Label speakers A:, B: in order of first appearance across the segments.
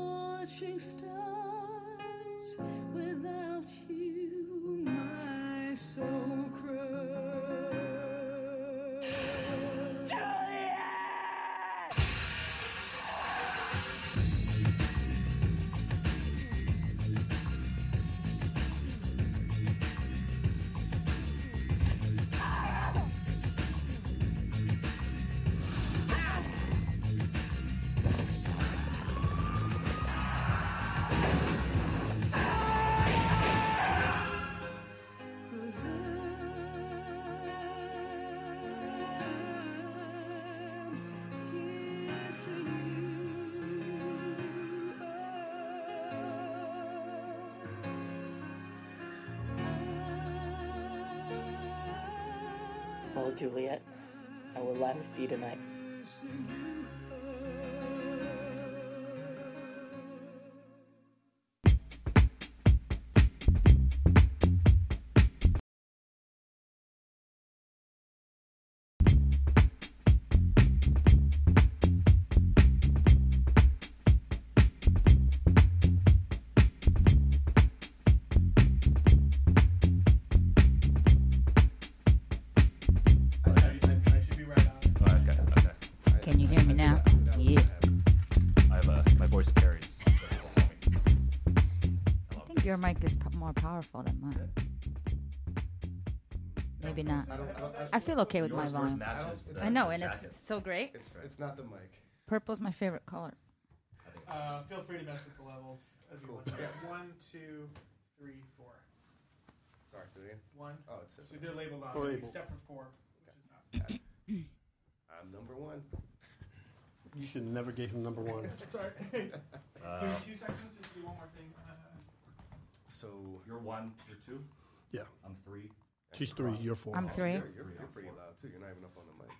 A: Watching stars without you, my soul cries. Cause I'm kissing you.
B: Well, Juliet, I will lie with you tonight.
A: Kissing you.
C: I, I, I should be right on.
D: Oh, okay, okay.
E: Can you hear me now? Yeah.
D: I have a, Uh, my voice carries.
E: I think your mic is p- more powerful than mine. Maybe not.
C: I don't, I don't, I,
E: I feel okay with my
D: Yours, yours
E: volume.
D: matches the
E: I know, and
D: jacket.
E: it's so great.
C: it's, it's not the mic.
E: Purple's my favorite color.
F: Uh, feel free to mess with the levels as you want. Yeah, one, two, three, four.
C: Sorry, do it again.
F: One.
C: Oh, it's
F: So they're labeled on,
C: Labeled.
F: except for four, which is not.
D: uh,
C: I'm number one.
G: You should never gave him number one.
F: Sorry. Can
D: Uh,
F: we two sections just do one more thing? Uh,
C: So
D: You're one, you're two,
G: Yeah,
D: I'm three.
G: she's three. You're four.
E: I'm three.
C: you're, you're, you're pretty loud too. You're not even up on the mic.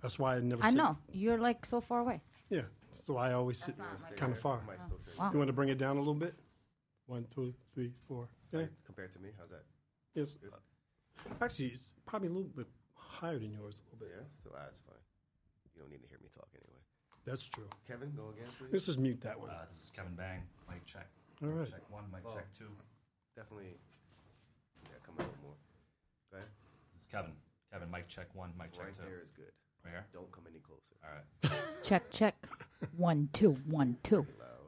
G: That's why I never.
E: I
G: sit-
E: know. You're like so far away.
G: Yeah, so I always sit
E: not Uh-uh. my
G: kind of far.
C: I might still turn
E: Wow.
G: You want to bring it down a little bit? One, two, three, four. Yeah.
C: you. Compared to me, how's that?
G: Uh, Yes. Actually, it's probably a little bit higher than yours, a little bit.
C: Yeah, still, ah, that's fine. You don't need to hear me talk anyway.
G: That's true.
C: Kevin, go again, please.
G: Let's just mute that one.
D: Uh, this is Kevin Bang. Mic check.
G: All right.
D: Check one, mic
C: Well.
D: check two.
C: Oh. Definitely. Yeah, come a little more. Go ahead.
D: This is Kevin. Kevin, mic check one, mic check
C: Right
D: two.
C: there is good.
D: Right here?
C: Don't come any closer.
D: All right.
E: Check, check. One, two, one, two,
C: Pretty loud.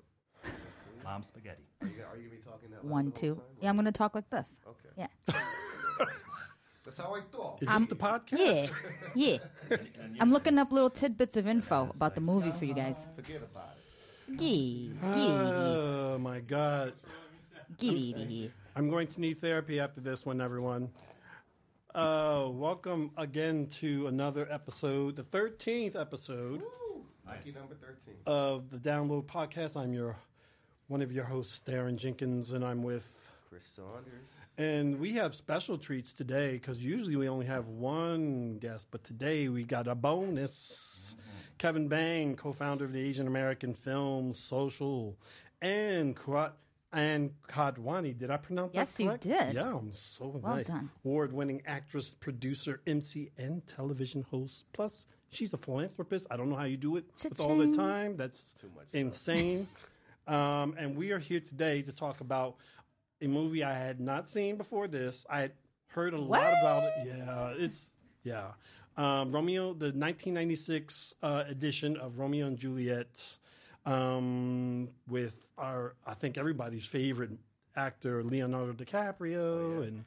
D: Mom spaghetti.
C: Are you, gonna- are you gonna be talking that loud?
E: one,
C: the whole
E: two.
C: time?
E: Yeah, I'm gonna talk like this.
C: Okay.
E: Yeah,
C: That's how I thought.
G: Is this the podcast?
E: yeah, yeah. I'm looking up little tidbits of info about the movie for you guys.
C: Forget about it.
E: Gee, gee,
G: Oh my God!
E: gee, gee, gee.
G: I'm going to need therapy after this one, everyone. Uh, welcome again to another episode, the 13th episode
C: Lucky number 13.
G: of the Download Podcast. I'm your one of your hosts, Darren Jenkins, and I'm with
C: Chris Saunders.
G: And we have special treats today because usually we only have one guest, but today we got a bonus. Kevin Bang, co-founder of the Asian American Film Social, and Kwat and Kadwani. Did I pronounce
E: Yes,
G: that
E: you
G: correct?
E: did.
G: Yeah, I'm so
E: Well
G: nice.
E: done.
G: Award-winning actress, producer, MC, and television host. Plus, she's a philanthropist. I don't know how you do it with all the
E: Cha-ching.
G: time. That's too much insane. um, and we are here today to talk about a movie I had not seen before this. I had heard a lot about it. Yeah, it's yeah. Um, Romeo, the 1996 uh, edition of Romeo and Juliet, um, with our I think everybody's favorite actor Leonardo DiCaprio, and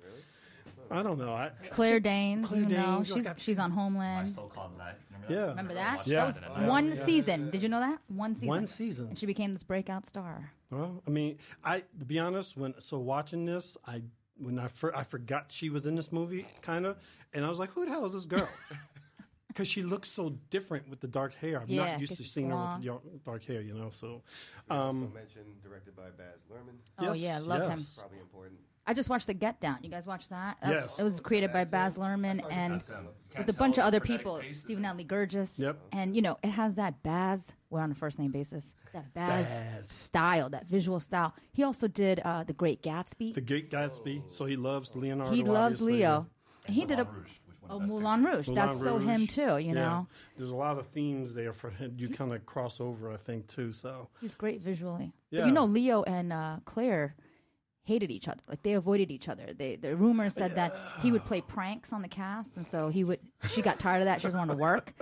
G: I don't know. I,
E: Claire Danes,
G: Claire
E: you know,
G: Danes,
E: she's
G: like I-
E: she's on
D: My
E: Homeland.
D: so-called life. Remember
G: Yeah.
D: that?
G: Remember
E: Remember that?
D: Watched
E: That was
D: and I-
E: one season. Did you know that? One season.
G: one season.
E: And she became this breakout star.
G: Well, I mean, I to be honest, when so watching this, I when I fir- I forgot she was in this movie, kind of, and I was like, who the hell is this girl? Because she looks so different with the dark hair. I'm
E: Yeah,
G: not
E: 'cause
G: used to
E: she's
G: seeing her
E: blonde.
G: with yo- dark hair, you know. So, Um,
C: also mentioned, directed by Baz Luhrmann.
E: Oh, yeah, love him.
C: Probably important.
E: I just watched The Get Down. You guys watch that? That-
G: Yes.
E: It was created by Baz Luhrmann
C: saw the
E: and
C: Baz Luhrmann.
D: Can't
E: with a
D: tell
E: bunch of other
D: frenetic
E: people.
D: paces.
E: Stephen Natalie Gurgis.
G: Yep.
E: And, you know, it has that Baz, we're on a first name basis, that Baz, style, that visual style. He also did uh, The Great Gatsby.
G: The Great Gatsby. So he loves Leonardo.
E: he loves
G: obviously.
E: Leo.
D: And
E: he did a. Oh,
D: Moulin Rouge, which won Best
E: Moulin
D: Picture.
E: Rouge. That's
G: Moulin
E: so him
G: Rouge.
E: too. You
G: Yeah.
E: know,
G: there's a lot of themes there for him. You kind of cross over, I think, too. So
E: he's great visually. But
G: Yeah.
E: you know, Leo and uh, Claire hated each other. Like they avoided each other. They the rumors said that he would play pranks on the cast, and so he would. She got tired of that. She doesn't want to work,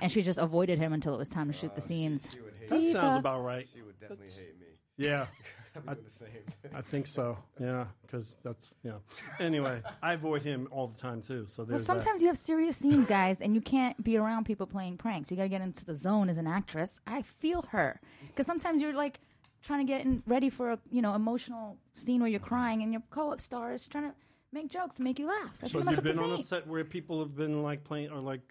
E: and she just avoided him until it was time to shoot the
G: Oh,
E: scenes.
C: She would hate
G: that
C: me.
G: sounds about right.
C: She would definitely hate me.
G: Yeah,
C: I'd be doing the same.
G: I think so. Yeah, because that's yeah. Anyway, I avoid him all the time too. So
E: Well,
G: there's that.
E: sometimes you have serious scenes, guys, and you can't be around people playing pranks. You got to get into the zone as an actress. I feel her because sometimes you're like trying to get in, ready for a you know emotional scene where you're crying, and your co-op star is trying to make jokes and make you laugh. That's
G: So
E: what mess
G: have you
E: up the
G: been on a
E: scene.
G: set where people have been like playing or like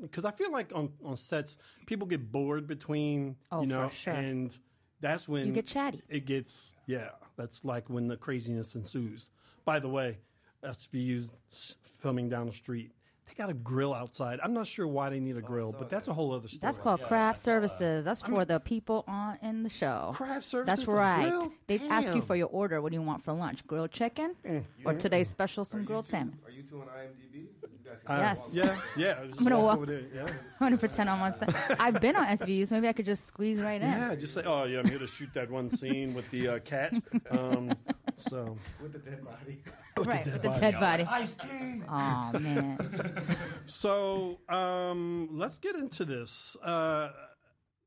G: because I feel like on on sets people get bored between
E: Oh,
G: you know
E: for sure.
G: and that's when
E: You get chatty.
G: It gets yeah. That's like when the craziness ensues. By the way, SVU's s- filming down the street. They got a grill outside. I'm not sure why they need a grill, but that's a whole other story.
E: That's called craft services. That's for the people on in the show.
G: uh, Craft services,
E: That's
G: a
E: right.
G: grill?
E: They ask you
G: Damn.
E: for your order. What do you want for lunch? Grilled chicken or today's special? Some grilled salmon.
C: Are you two on IMDb? You guys
G: Uh,
C: can
E: Yes.
G: Yeah. Yeah. Just
E: gonna walk-
G: over there. Yeah.
E: I'm gonna pretend I'm on. Set. I've been on SVU, so maybe I could just squeeze right in.
G: Yeah. Just say, oh yeah, I'm here to shoot that one scene with the uh, cat. Um, so
C: with the dead body.
E: right, with the
G: body.
E: dead body.
D: Ice tea.
E: Oh man,
G: So um, let's get into this. Uh,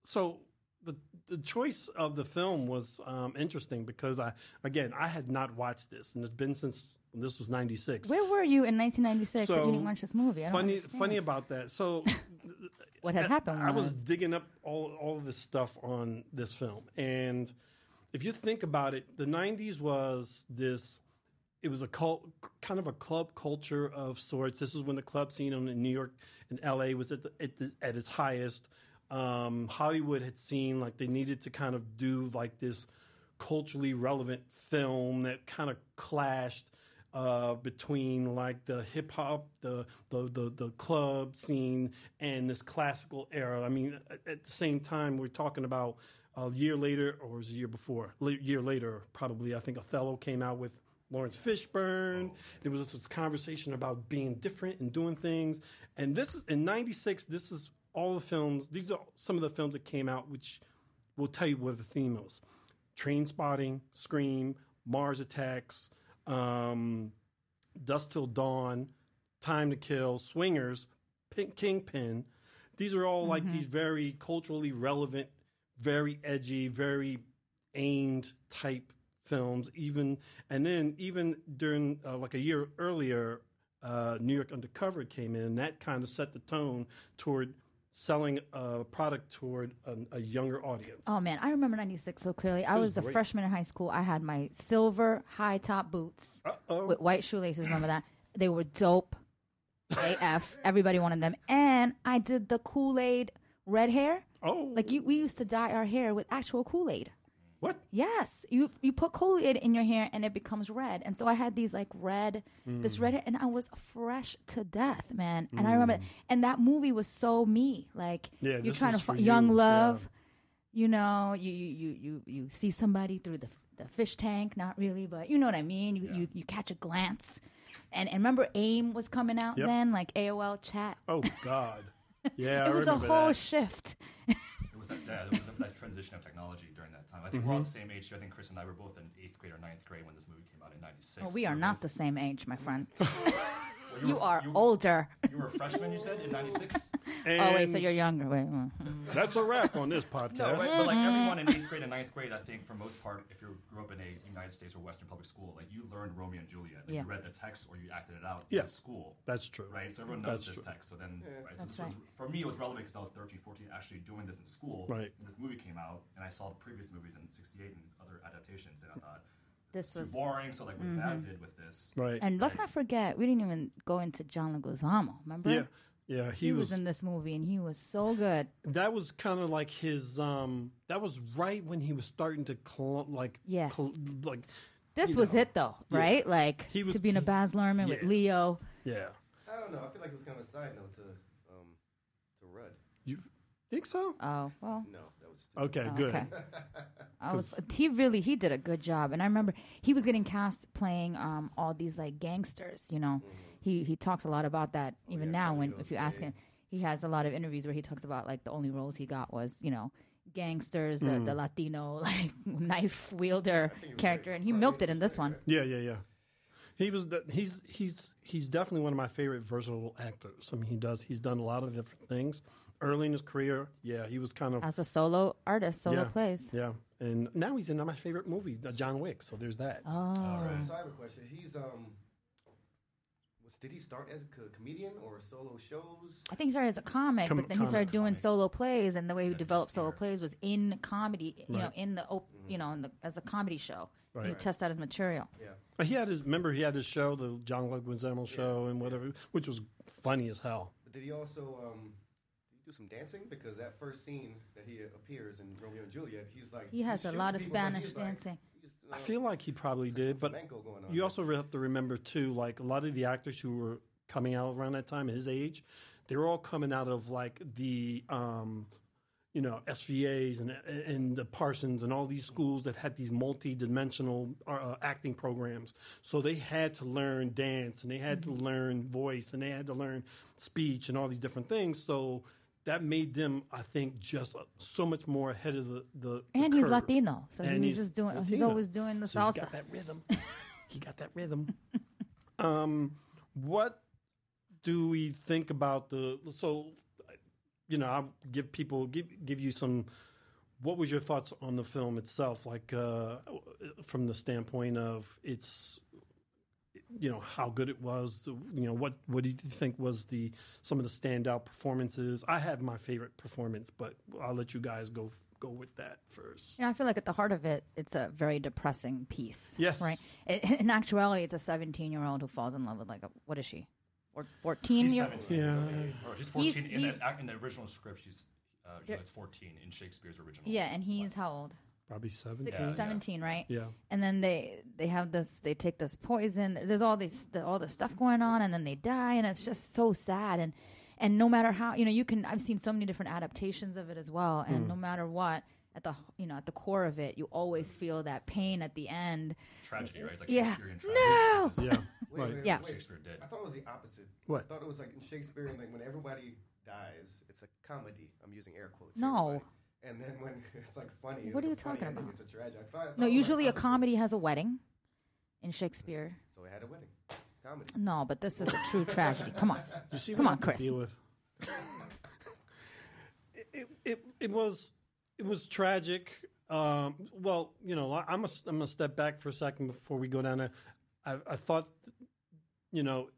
G: so the the choice of the film was um, interesting because I again I had not watched this and it's been since this was ninety six.
E: where were you in 1996 that
G: So,
E: you didn't watch this movie? I don't
G: Funny
E: understand.
G: funny about that. So
E: what had happened?
G: I was digging up all all this stuff on this film, and if you think about it, the '90s was this. It was a cult, kind of a club culture of sorts. This was when the club scene in New York and LA was at the, at, the, at its highest. Um, Hollywood had seen like they needed to kind of do like this culturally relevant film that kind of clashed uh, between like the hip hop, the, the the the club scene, and this classical era. I mean, at, at the same time, we're talking about a year later, or was it a year before? La- year later, probably. I think Othello came out with Lawrence Fishburne. There was this conversation about being different and doing things. And this is in '96. This is all the films. These are some of the films that came out, which will tell you what the theme was. Train Spotting, Scream, Mars Attacks, um, Dust Till Dawn, Time to Kill, Swingers, Pin- Kingpin. These are all like these very culturally relevant, very edgy, very aimed type films. Even and then even during uh, like a year earlier, uh, New York Undercover came in, and that kind of set the tone toward selling a product toward an, a younger audience.
E: Oh man, I remember '96 so clearly. I was, a freshman in high school. I had my silver high top boots with white shoelaces. Remember that? They were dope. AF. Everybody wanted them, and I did the Kool Aid red hair.
G: Oh.
E: like you, we used to dye our hair with actual Kool Aid.
G: what?
E: Yes, you you put Kool-Aid in your hair and it becomes red. And so I had these like red, this
G: Mm.
E: red, and I was fresh to death, man. And I remember, and that movie was so me. Like
G: Yeah,
E: you're
G: this
E: trying to
G: was for
E: fi- young
G: you, yeah.
E: love, you know, you you you you you see somebody through the the fish tank, not really, but you know what I mean. You you, you catch a glance, and and remember AIM was coming out
G: Yep.
E: then, like AOL chat.
G: Oh God. Yeah, I
E: it was a
G: remember
E: whole
G: that.
E: shift.
D: It was that, yeah, it was that- that transition of technology during that time. I think we're all the
E: Mm-hmm.
D: same age. here. I think Chris and I were both in eighth grade or ninth grade when this movie came out in '96.
E: Well, we are not the same age, my friend. you
D: were-
E: are
D: you were-
E: older.
D: You were a freshman, you said, in '96.
E: Oh wait, so
G: And
E: you're younger. Wait, uh-huh.
G: That's a wrap on this podcast.
D: No, right, but like
E: Mm-hmm.
D: everyone in eighth grade and ninth grade, I think for most part, if you grew up in a United States or Western public school, like you learned Romeo and Juliet. Like
E: Yeah.
D: You read the text or you acted it out
G: Yeah.
D: in school.
G: That's true.
D: Right, so everyone knows
G: That's true.
D: this text. So then, right, so
E: That's
D: this was for me it was relevant because I was 13, 14, actually doing this in school.
G: Right.
D: and this movie came out, and I saw the previous movies in '68 and other adaptations, and I thought
E: This
D: too
E: was.
D: boring. So like what Baz did with this,
G: Right.
E: And let's not forget, we didn't even go into John Leguizamo. Remember?
G: yeah. Yeah, he,
E: He
G: was,
E: was in this movie, and he was so good.
G: that was kind of like his um that was right when he was starting to cl- like
E: Yeah.
G: cl- like
E: This
G: You
E: was
G: know,
E: it, though, right? Like
G: He was-
E: to be in a Baz Luhrmann with
G: yeah.
E: Leo.
G: yeah.
C: I don't know. I feel like it was kind of a side note to um, to Rudd.
G: You Think so?
E: Oh well.
C: No, that was stupid.
G: Okay,
E: Oh,
G: good.
E: Okay. I was he really he did a good job and I remember he was getting cast playing um all these like gangsters, you
G: Mm-hmm.
E: know. He he talks a lot about that
G: Oh,
E: even now when if you ask him he has a lot of interviews where he talks about like the only roles he got was, you know, gangsters, the,
G: Mm.
E: the Latino like knife wielder character and he milked it in this one.
G: Yeah, yeah, yeah. He was the, he's he's he's definitely one of my favorite versatile actors. I mean, he does he's done a lot of different things. Early in his career, yeah, he was kind of
E: As a solo artist, solo
G: yeah,
E: plays.
G: Yeah, and now he's in my favorite movie, the John Wick. So there's that. Oh.
C: So, so I have a question. He's um, was did he start as a co- comedian or solo shows?
E: I think he started as a comic,
G: Com-
E: but then he
G: comic,
E: started doing solo plays, and the way he developed solo
D: theater.
E: plays was in comedy, you know,
G: Right.
E: in the op- you know, in the, as a comedy show.
G: Right.
E: He
G: Right.
E: test out his material.
G: But he had his remember he had his show, the John Leguizamo show, and whatever, which was funny as hell.
C: But did he also um, did he do some dancing? Because that first scene that he appears in Romeo and Juliet, he's like
E: He has
C: he's
E: a lot
C: shooting
E: of
C: people, but
E: Spanish
C: he's like-
E: dancing.
C: he's,
G: I
C: uh,
G: feel like he probably did, but
C: flamenco going on
G: you
C: there.
G: also have to remember too, like a lot of the actors who were coming out around that time, his age, they were all coming out of like the, um, you know, SVAs and and the Parsons and all these schools that had these multi-dimensional uh, acting programs. So they had to learn dance and they had
E: Mm-hmm.
G: to learn voice and they had to learn speech and all these different things. So. That made them, I think, just so much more ahead of the the. the
E: And he's
G: curve.
E: Latino, so
G: And
E: he's, just doing. He's
G: Latino.
E: always doing the
G: So
E: salsa.
G: He's got that rhythm. he got that rhythm. um, what do we think about the? So, you know, I'll give people give give you some. What was your thoughts on the film itself, like uh, from the standpoint of its, you know, how good it was. You know, what what do you think was the some of the standout performances? I have my favorite performance, but I'll let you guys go go with that first.
E: You know, I feel like at the heart of it, it's a very depressing piece.
G: Yes.
E: Right. I in actuality, it's a 17 year old who falls in love with like a what is she, or 14
D: She's
E: year.
D: 17.
G: Yeah.
D: Or she's 14.
E: He's-
D: in,
E: he's-
D: that, in the original script, she's, uh, Juliet's 14 in Shakespeare's original.
E: Yeah, and he's how old?
G: Probably seven.
E: Six,
D: Yeah, yeah.
E: 17, right?
G: Yeah.
E: and then they they have this they take this poison there's all these the, all this stuff going on and then they die and it's just so sad and and no matter how you know you can i've seen so many different adaptations of it as well
C: Hmm.
E: and no matter what at the you know at the core of it you always feel that pain at the end
D: Tragedy, right? It's like
E: Yeah.
D: Shakespearean tragedy.
E: No!
D: which is
G: Yeah.
C: Wait,
G: Right.
C: wait, wait,
E: Yeah.
C: wait.
D: Shakespeare did.
C: I thought it was the opposite.
G: What?
C: I thought it was like in Shakespeare, like when everybody dies, it's a comedy. I'm using air quotes.
E: No.
C: everybody. And then when it's like funny,
E: What are
C: like
E: you
C: funny, I
E: talking
C: think
E: about?
C: It's a tragedy. I thought, Oh, I thought
E: no
C: it was, like,
E: usually a
C: opposite.
E: comedy has a wedding in shakespeare
C: So I had a wedding. Comedy.
E: no but this is a true tragedy come on
G: You see
E: Come
G: what
E: on,
G: I could
E: Chris.
G: Deal with. it, it, it, it was it was tragic. Um, well, you know, I- I'm gonna I'm gonna step back for a second before we go down there. I, I thought, you know,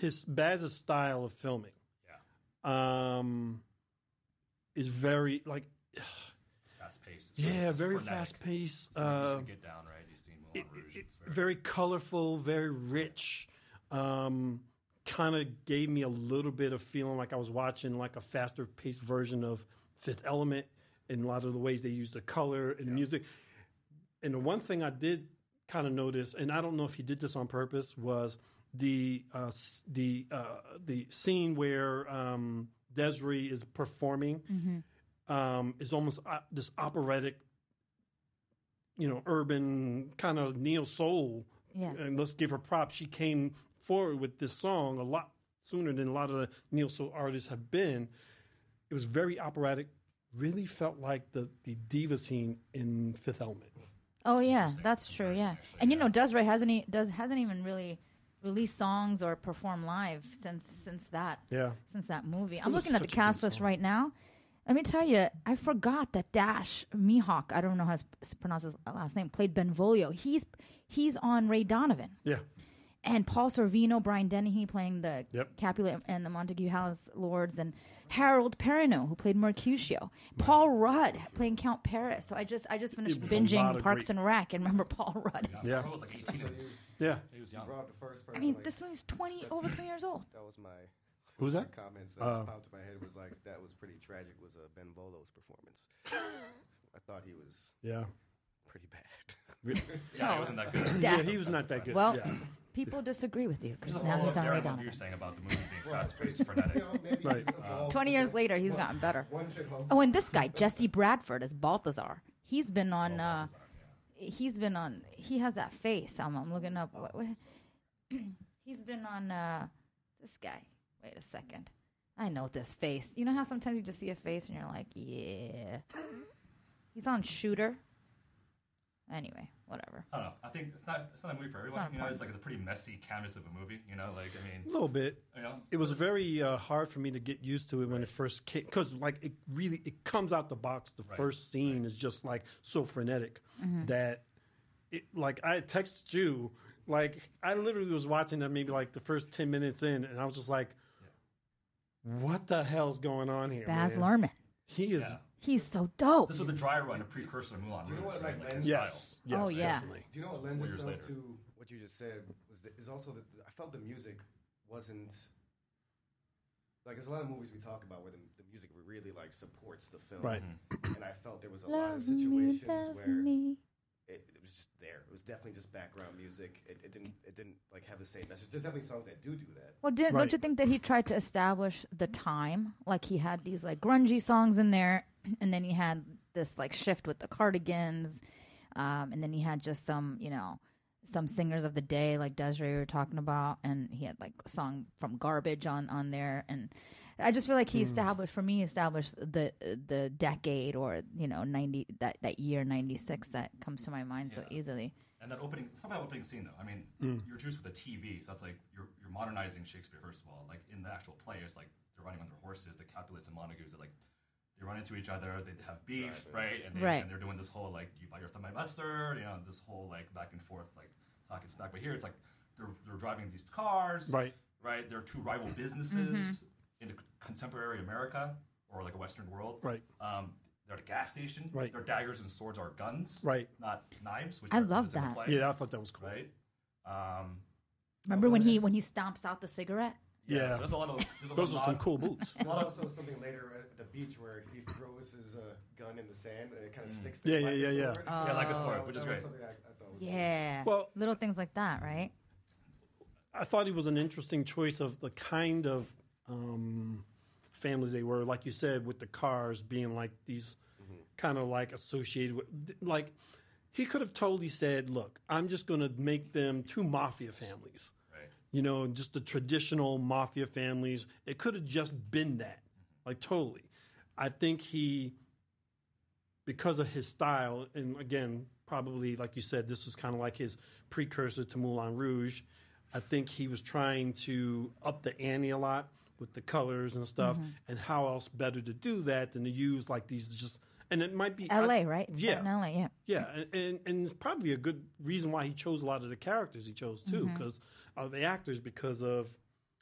G: his Baz's style of filming, yeah, um, is very like
D: It's fast paced. It's
G: yeah,
D: it's
G: very
D: frenetic.
G: fast paced.
D: So you just
G: Uh,
D: can get down, right? You've seen Moulin Rouge. it's very,
G: very colorful, very rich. Um, kind of gave me a little bit of feeling like I was watching like a faster paced version of Fifth Element in a lot of the ways they use the color and the music. And the one thing I did kind of notice, and I don't know if he did this on purpose, was the uh, s- the uh, the scene where um, Desiree is performing um, is almost uh, this operatic you know, urban kind of neo soul.
E: Yeah.
G: And let's give her props. She came forward with this song a lot sooner than a lot of the neo soul artists have been. It was very operatic. Really felt like the the diva scene in Fifth Element.
E: Oh yeah, that's true. Yeah, and you know, Desiree hasn't e- does hasn't even really released songs or performed live since since that
G: Yeah.
E: since that movie. I'm
G: was
E: looking at the
G: such a good
E: cast list
G: song.
E: right now. Let me tell you, I forgot that Dash Mihawk. I don't know how to s- pronounce his last name. Played Benvolio. He's he's on Ray Donovan
G: Yeah.
E: and Paul Sorvino, Brian Dennehy playing the
G: Yep.
E: Capulet and the Montague House lords, and Harold Perrineau who played Mercutio, Paul Rudd playing Count Paris. So I just I just finished
G: It was a lot
E: binging
G: of
E: Parks
G: great-
E: and Rec and remember Paul Rudd.
G: Yeah.
D: Carl was like 18 in this.
G: Yeah.
D: He was young.
C: Robbed the first person.
E: I mean,
C: like,
E: this movie's twenty over twenty years old.
C: That was my
G: Who was that? Uh,
C: comments that just popped in my head was like that was pretty tragic. Was uh, Ben Volo's performance. I thought he was
G: Yeah.
H: pretty bad.
D: Yeah, it wasn't that good.
E: Yeah.
G: Yeah, he was not that good.
E: Well,
G: yeah.
E: people disagree with you because
D: Just a
E: now he's
D: follow-up there
E: already
D: on what
E: done
D: you were
E: it.
D: saying about the movie being fast-paced, frenetic.
C: You know, maybe
G: Right. Uh,
C: he's evolved
E: Twenty years
C: from
E: later, he's gotten better.
C: One should hope.
E: Oh, and this guy Jesse Bradford is Balthazar. He's been on. Uh, he's been on. He has that face. I'm, I'm looking up. What, what, he's been on. Uh, this guy. Wait a second. I know this face. You know how sometimes you just see a face and you're like, yeah. he's on Shooter. Anyway, whatever.
D: I don't know. I think it's not it's not a movie for everyone.
E: not
D: you know, it's like
E: important.
D: a pretty messy canvas of a movie. You know, like I
G: A
D: mean,
G: little bit.
D: you know,
G: It was
D: it's-
G: very uh, hard for me to get used to it when it first came because, like, it really it comes out the box. The first scene is just like so frenetic
E: Mm-hmm.
G: that, it like I texted you, like I literally was watching it maybe like the first ten minutes in, and I was just like, "What the hell's going on here?"
E: Baz
G: man?
E: Luhrmann.
G: he is
D: Yeah.
E: He's so dope.
D: This was the dry run, a precursor to Mulan.
C: Do you know
D: Rouge,
C: what,
D: right?
C: like,
D: his
G: yes, yes,
E: Oh, yeah.
G: definitely.
C: Do you know what lends
D: Four years
C: itself
D: later.
C: to what you just said? Was the, is also that I felt the music wasn't like there's a lot of movies we talk about where the, the music really like supports the film,
G: Right.
C: And I felt there was a lot of situations where It, it was just there. It was definitely just background music. It, it didn't it didn't like have the same message. There's definitely songs that do do that.
E: Well, didn't,
G: Right.
E: don't you think that he tried to establish the time? Like he had these like grungy songs in there, and then he had this like shift with the Cardigans, um, and then he had just some you know some singers of the day like Desiree we were talking about, and he had like a song from Garbage on on there, and I just feel like
G: Hmm.
E: he established for me established the the decade or you know ninety that that year ninety six that comes to my mind so easily.
D: And that opening, something about opening scene though. I mean,
G: Mm.
D: you're introduced with a TV, so that's like you're, you're modernizing Shakespeare first of all. Like in the actual play, it's like they're running on their horses, the Capulets and Montagues. They're like they run into each other, they have beef, right? And, they,
E: Right.
D: and they're doing this whole like you buy your thumb my mustard, you know, this whole like back and forth like talking smack. But here it's like they're they're driving these cars,
G: Right.
D: Right. They're two rival businesses in the c- contemporary America or like a Western world,
G: Mm-hmm. Right.
D: Um, they're at a gas station.
G: Right.
D: Their daggers and swords are guns,
G: Right.
D: Not knives. Which
E: I
D: are-
E: love
D: that's in the
E: that.
D: play
G: Yeah, I thought that was cool.
D: right? Um,
E: Remember when he when he stomps out the cigarette?
D: yeah,
G: Yeah.
D: So there's a lot of there's a
G: Those are
D: lot,
G: some cool boots.
C: There's also something later at the beach where he throws his uh, gun in the sand and it kind of sticks. there
G: Yeah,
C: like
G: yeah,
C: a
G: yeah, yeah.
C: sword. Um,
D: Yeah, like a sword, which
C: That was
D: is great.
C: something I, I thought was
E: Yeah.
G: Well-
E: little things like that, right?
G: I thought it was an interesting choice of the kind of um, families they were. Like you said, with the cars being like these kind of like associated with, like, he could have totally said, Look, I'm just going to make them two mafia families,
D: Right.
G: you know, and just the traditional mafia families. It could have just been that, like, totally. I think he, because of his style, and again, probably like you said, this was kind of like his precursor to Moulin Rouge. I think he was trying to up the ante a lot with the colors and stuff. And how else better to do that than to use like these just and it might be
E: L.A. Right? It's set
G: yeah,
E: in L.A. Yeah.
G: yeah, and, and and it's probably a good reason why he chose a lot of the characters he chose too,
E: Mm-hmm.
G: because of the actors, because of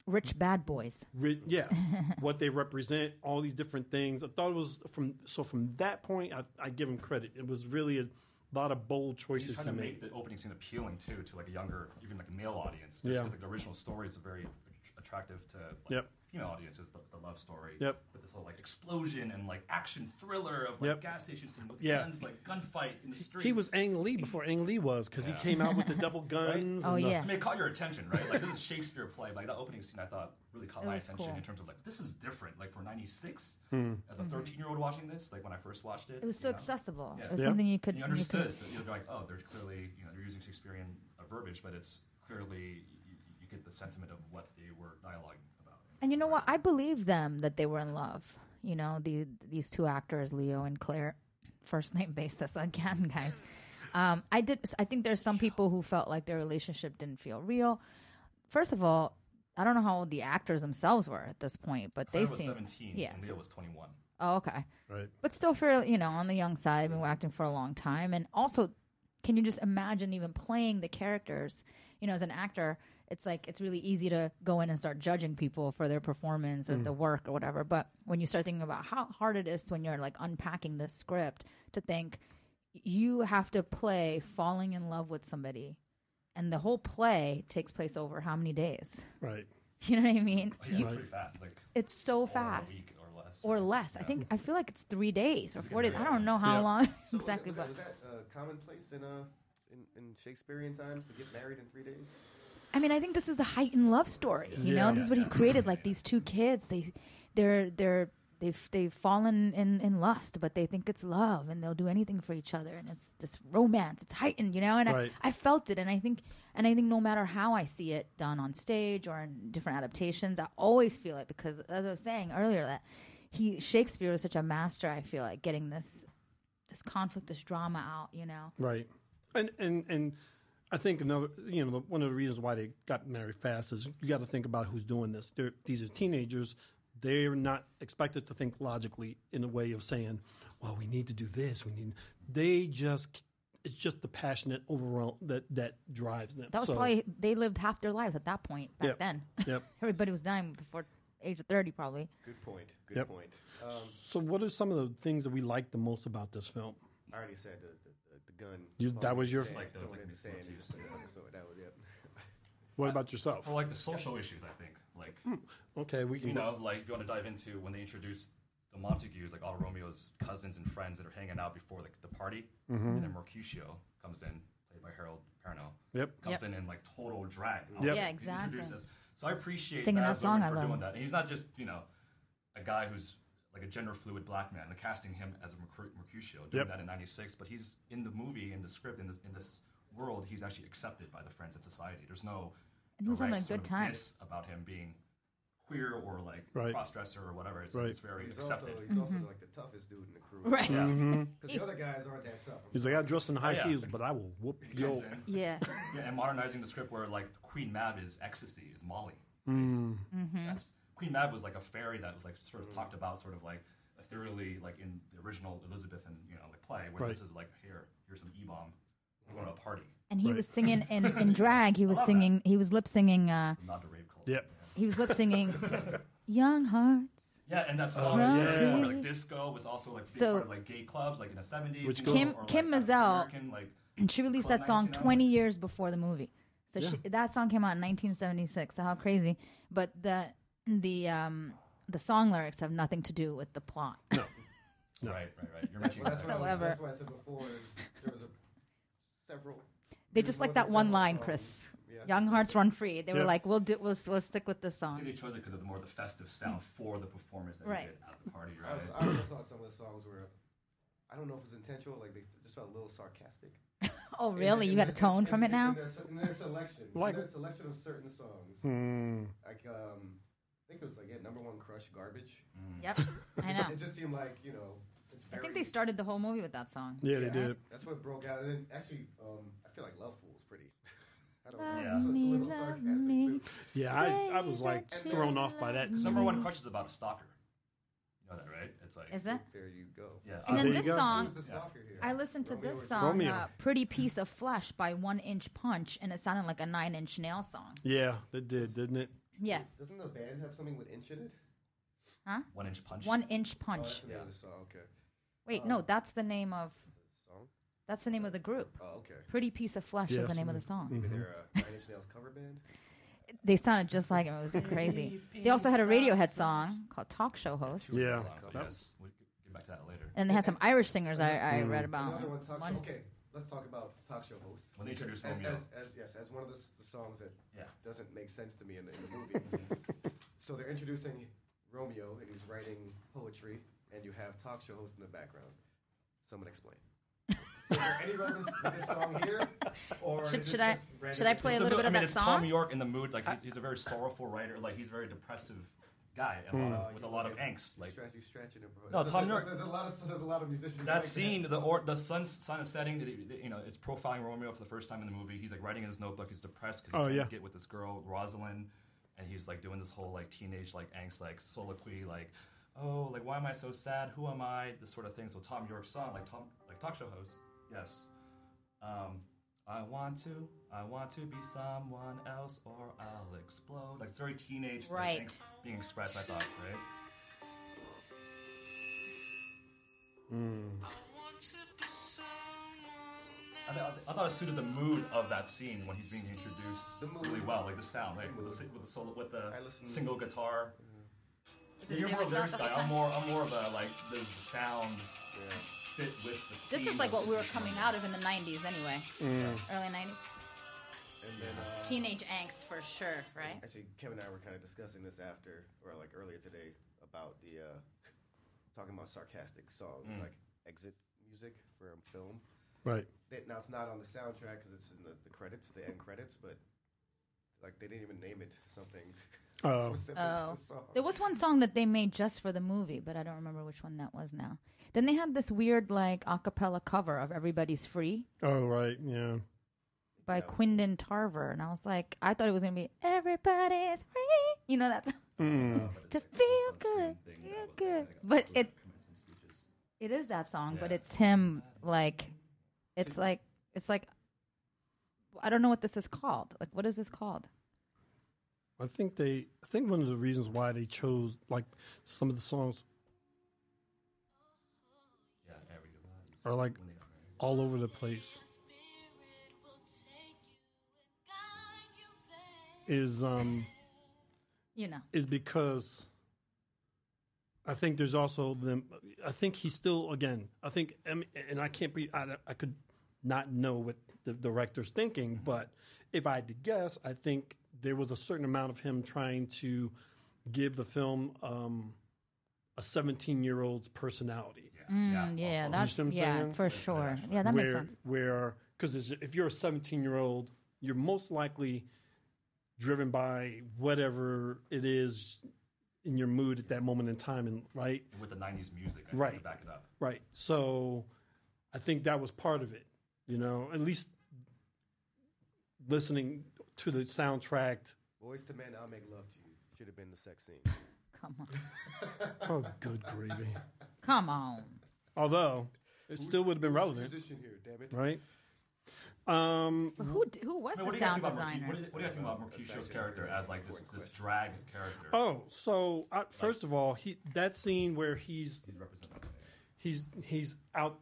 E: Rich bad boys.
G: ri- yeah, what they represent, all these different things. I thought it was from so from that point, I, I give him credit. It was really a lot of bold
D: He's
G: choices
D: trying
G: he
D: to
G: made.
D: make the opening scene appealing too to like a younger, even like a male audience. Just 'cause,
G: Yeah.
D: like the original story is very att- attractive to like,
G: Yep.
D: female audiences. The, the love story.
G: Yep.
D: With this whole like explosion and like action thriller of like
G: Yep.
D: gas station scene with
G: Yeah.
D: guns, like gunfight in the street.
G: He was Ang Lee before Ang Lee was because he came out with the double guns.
E: Oh
G: and the-
E: yeah.
D: I mean, it caught your attention, right? Like this is Shakespeare play. Like that opening scene, I thought really caught
E: It
D: my
E: was
D: attention
E: cool. Mm-hmm.
D: in terms of like this is different. Like for '96, as a 13 year old watching this, like when I first watched it,
E: It was so
D: you know?
E: accessible.
D: Yeah.
E: It was
G: Yeah.
E: something you could.
D: you
E: could-
D: understood that you're like, oh, they're clearly you know they're using Shakespearean uh, verbiage, but it's clearly you, you get the sentiment of what they were dialoguing about.
E: and you know what? I believe them that they were in love. You know, the these two actors, Leo and Claire, first name basis again, guys. Um, I did. I think there's some people who felt like their relationship didn't feel real. First of all, I don't know how old the actors themselves were at this point, but
D: Claire
E: they
D: was
E: seemed.
D: 17
E: yeah,
D: and
E: so-
D: Leo was 21.
E: Oh, okay.
G: Right.
E: But still, fairly, you know, on the young side, I've been acting for a long time. And also, can you just imagine even playing the characters? You know, as an actor, it's like it's really easy to go in and start judging people for their performance or
D: Mm.
E: the work or whatever. But when you start thinking about how hard it is when you're like unpacking this script to think you have to play falling in love with somebody. And the whole play takes place over how many days?
G: Right.
E: You know what I mean?
D: Oh, yeah,
E: You-
D: it's pretty fast. It's like oh,
E: it's so
D: all in a
E: fast.
D: week or less. less.
E: or
D: right?
E: less. I
D: Yeah.
E: think I feel like it's three days or four days. I don't know how
G: Yeah.
E: long
C: So was that-
E: exactly,
C: was
E: but
C: that, was that, uh, commonplace in uh in, in Shakespearean times to get married in three days?
E: I mean, I think this is the heightened love story. You
G: Yeah.
E: know, this is what he created. Like these two kids, they, they're they're they've they've fallen in in lust, but they think it's love, and they'll do anything for each other, and it's this romance. It's heightened, you know. And
G: Right.
E: I, I felt it, and I think and I think no matter how I see it done on stage or in different adaptations, I always feel it because as I was saying earlier that he Shakespeare was such a master. I feel like getting this this conflict, this drama out. You know,
G: Right. And and and I think another you know the, one of the reasons why they got married fast is you got to think about who's doing this. They're, these are teenagers. They're not expected to think logically in a way of saying, "Well, we need to do this." We need. They just it's just the passionate overall that that drives them.
E: that was
G: So,
E: probably they lived half their lives at that point back
G: Yep.
E: then.
G: Yep.
E: Everybody was dying before age of 30, probably.
C: Good point. Good
G: Yep.
C: point. Um,
G: So, what are some of the things that we like the most about this film?
C: I already said the, the, the- the gun.
G: You-
C: falling
G: that was
C: in
G: your-
C: the sand,
D: Like those,
C: going
D: like,
C: in the
D: mixed motifs.
C: sand, you just like, oh, so that was it.
G: What about yourself?
D: For like the social issues, I think. Like
E: Hmm.
G: Okay, we can.
D: you know, like if you want to dive into when they introduced the Montagues, like all Romeo's cousins and friends that are hanging out before like the party,
G: Mm-hmm.
D: and then Mercutio comes in, played by Harold Perrineau.
G: Yep.
D: comes
E: Yep.
D: in in like total drag.
G: Yep.
E: Yeah,
D: He's introduced
E: exactly.
D: as- so I appreciate
E: Singing
D: that,
E: that
D: as
E: song,
D: Logan
E: I
D: for
E: love
D: doing
E: him.
D: that. And he's not just you know a guy who's like a gender fluid black man. They're casting him as a Mercu- Mercutio, doing
G: Yep.
D: that in '96. But he's in the movie, in the script, in this in this world, he's actually accepted by the friends and society. There's no
E: And he was having
D: direct
E: a
D: sort
E: good
D: of
E: time.
D: diss about him being queer or like
G: Right.
D: cross-dresser or whatever. It's,
G: Right.
D: it's very
C: He's also,
D: accepted.
C: he's also like the toughest dude in the crew.
E: Right.
D: Yeah.
G: Mm-hmm.
C: Because the other guys aren't that tough. I'm
G: He's
C: sorry.
G: like, I dress in high
D: Oh, yeah.
G: heels, but I will whoop yo.
E: Yeah.
D: yeah, and modernizing the script where like Queen Mab is ecstasy, is Molly. right?
G: Mm.
E: Mm-hmm.
D: That's, Queen Mab was like a fairy that was like sort of talked about, sort of like ethereally, like in the original Elizabethan, you know, like play. Where
G: Right.
D: this is like here, here's an e bomb, we're going to a party,
E: And he
G: Right.
E: was singing in, in drag. He was
D: love that.
E: singing, he was lip singing, uh,
D: not a rave cult.
G: Yep.
E: he was lip singing Young Hearts.
D: Yeah, and that song, was
E: yeah.
D: very more,
E: Really?
D: like disco, was also like big
E: So-
D: part of like gay clubs, like in the seventies.
G: Which
D: you know,
G: Kim-
D: or, like,
E: Kim Mazel-
D: African-American, like
E: And she released
D: Club
E: that song
D: Nights, you know?
E: 20 years before the movie. So she, that song came out in 1976. So how crazy. But the, the, um, the song lyrics have nothing to do with the plot.
D: right, right, right. You're mentioning
C: Well, that's, what I was,
E: Whatsoever.
C: that's what I said before. Is there was a, several.
E: They
C: there
E: just
C: was
E: like
C: more
E: that
C: than
E: one
C: several
E: line,
C: songs.
E: Chris.
C: Yeah,
E: Young
C: just-
E: Hearts Run Free. They were
G: Yeah.
E: like, we'll, do, we'll, we'll stick with this
D: I
E: song.
D: think they chose it because of the more the festive sound for the performance that
E: Right.
D: you did at the party,
C: I,
D: right?
C: was, I also thought some of the songs were, I don't know if it was intentional, like they just felt a little sarcastic.
E: Oh, really? You got a tone from it now?
C: In their, in their selection, like
G: Like-
C: in their selection of certain songs,
G: Hmm.
C: like um, I think it was like yeah, number one crush, garbage.
E: Yep. I know.
C: It just seemed like you know, it's
E: I
C: very.
E: think they started the whole movie with that song.
G: Yeah, they did.
C: That's what broke out, and then actually, um, I feel like Love Fool's pretty. I don't
E: Love
C: know. It's a-
E: me,
C: it's a little
E: love
C: sarcastic
E: me.
C: too.
G: Yeah, I, I was like
E: Say that
G: thrown
E: you
G: off by that.
E: love
D: Number one crush is about a stalker. You know that, right? It's like
E: Is it?
C: There you go.
D: yeah.
E: And
G: Uh,
E: then
G: there
E: this
G: you go.
E: song,
C: Who's the stalker here?
E: I listened to
C: Romeo
E: this
C: or
E: song,
G: Romeo.
E: uh, Pretty Piece of Flesh by One Inch Punch, and it sounded like a Nine Inch Nail song.
G: Yeah, they did, didn't it?
E: Yeah.
C: Doesn't the band have something with inch in it?
D: one inch punch.
E: One Inch
C: Oh,
E: Punch.
C: that's the name of the song. Okay.
E: Wait, no, that's the name of
C: Song?
E: that's the name of the group.
C: Oh, okay.
E: Pretty Piece of Flesh
G: Yes,
E: is the name of the
G: mm.
E: song.
D: Mm-hmm.
C: Maybe they're a Nine Inch Nails cover band.
E: Uh-huh. They sounded just like him. It was crazy. They also had a Radiohead song called Talk Show Host,
G: Yeah.
D: Songs, I guess. We'll get back to that later.
E: and they had some Irish singers I,
G: Mm-hmm.
E: I read about.
C: Another one, talk
E: One-
C: show. Okay, let's talk about talk show host.
D: When they introduced
C: as,
D: Romeo.
C: as, as- yes, as one of the, s- the songs that
D: Yeah. Mm-hmm.
C: doesn't make sense to me in the, in the movie. so they're introducing Romeo, and he's writing poetry, and you have talk show host in the background. Someone explain. Is there any relevance to this song here? Or
E: Should-
C: is it
E: should I-
C: just random
E: should I play a
D: It's the
E: little bit
D: mood- I
E: of
D: mean,
E: that
D: it's
E: song?
D: Tom York in the mood. Like he's, he's a very sorrowful writer. Like he's a very depressive guy a lot of- with a lot of angst.
C: You
D: Like
C: stretch, you stretching it, bro.
D: No,
C: So
D: Tom
C: there-
D: York-
C: There's a lot of there's a lot of musicians. who like
D: that scene, the or, the sun sun is setting. the- the- You know, it's profiling Romeo for the first time in the movie. He's like writing in his notebook. He's depressed because he
G: Oh,
D: can't
G: yeah.
D: get with this girl Rosalind, and he's like doing this whole like teenage like angst like soliloquy like, oh like why am I so sad? Who am I? This sort of thing. So Tom York's song like Tom like talk show host. Yes, um, I want to, I want to be someone else, or I'll explode. Like it's very teenage, like,
E: Right.
D: angst being expressed. I thought, right? I, th- I th- I thought it suited the mood of that scene when he's being introduced
C: The mood.
D: really well, like the sound, like with the si- with the solo, with the
C: I listened-
D: single guitar.
H: Is it
D: You're more
H: Stanley Kubrick
D: lyrics
H: the
D: guy.
H: whole
D: I'm
H: time?
D: more. I'm more of a like the, the sound fit with the.
H: This
D: theme
H: is like
D: of
H: what
D: the
H: we were
D: piece.
H: coming out of in the 90s anyway.
G: Mm.
H: Early 90s.
C: And then, uh,
H: Teenage angst for sure, right?
C: Actually, Kevin and I were kind of discussing this after, or like earlier today, about the uh, talking about sarcastic songs,
D: Mm.
C: like exit music from film.
G: Right.
C: They, now it's not on the soundtrack because it's in the, the credits, the end credits, but like they didn't even name it something
G: Oh.
C: specific
H: Oh.
C: to the song.
E: There was one song that they made just for the movie, but I don't remember which one that was now. Then they had this weird like a cappella cover of Everybody's Free
G: Oh, right. Yeah.
E: by
C: Yeah.
E: Quindon Tarver and I was like I thought it was going to be Everybody's Free. You know that song?
G: Mm.
D: But it's
E: To
D: like
E: feel
D: a
E: good,
D: sunscreen thing that
E: feel
D: was, like,
E: good.
D: like, a
E: But
D: couple of
E: it
D: commencement speeches.
E: it is that song, but
D: Yeah.
E: it's him like it's like it's like I don't know what this is called. Like what is this called?
G: I think they. I think one of the reasons why they chose like some of the songs
D: Yeah, everybody.
G: are like all over the place is um
E: You know.
G: is because I think there's also them. I think he's still again. I think I mean, and I can't be. I, I could not know what the director's thinking, but if I had to guess, I think there was a certain amount of him trying to give the film um, a 17 year old's personality.
D: Yeah, yeah,
E: Mm, yeah,
D: awful.
E: that's
G: what I'm
E: yeah,
G: saying?
E: for sure. Yeah, that
G: where,
E: makes sense.
G: Where because if you're a 17 year old, you're most likely driven by whatever it is in your mood at that moment in time, and right,
D: with the '90s music, I
G: Right.
D: Think, to back it up.
G: right. So I think that was part of it. You know, at least listening to the soundtrack.
C: Boys to Men, I'll Make Love to You should have been the sex scene.
E: Come on.
G: Oh, good gravy!
E: Come on.
G: Although it still would have been relevant,
C: Musician here, damn it.
G: right? Um,
E: But who d- who was
D: I mean,
E: the
D: what do you guys
E: sound
D: think about Mercu-
E: designer?
D: What do you- what do you guys think about Mercutio's character as like this, this drag character?
G: Oh, so I, first of all, he that scene where he's
D: He's representing.
G: he's he's out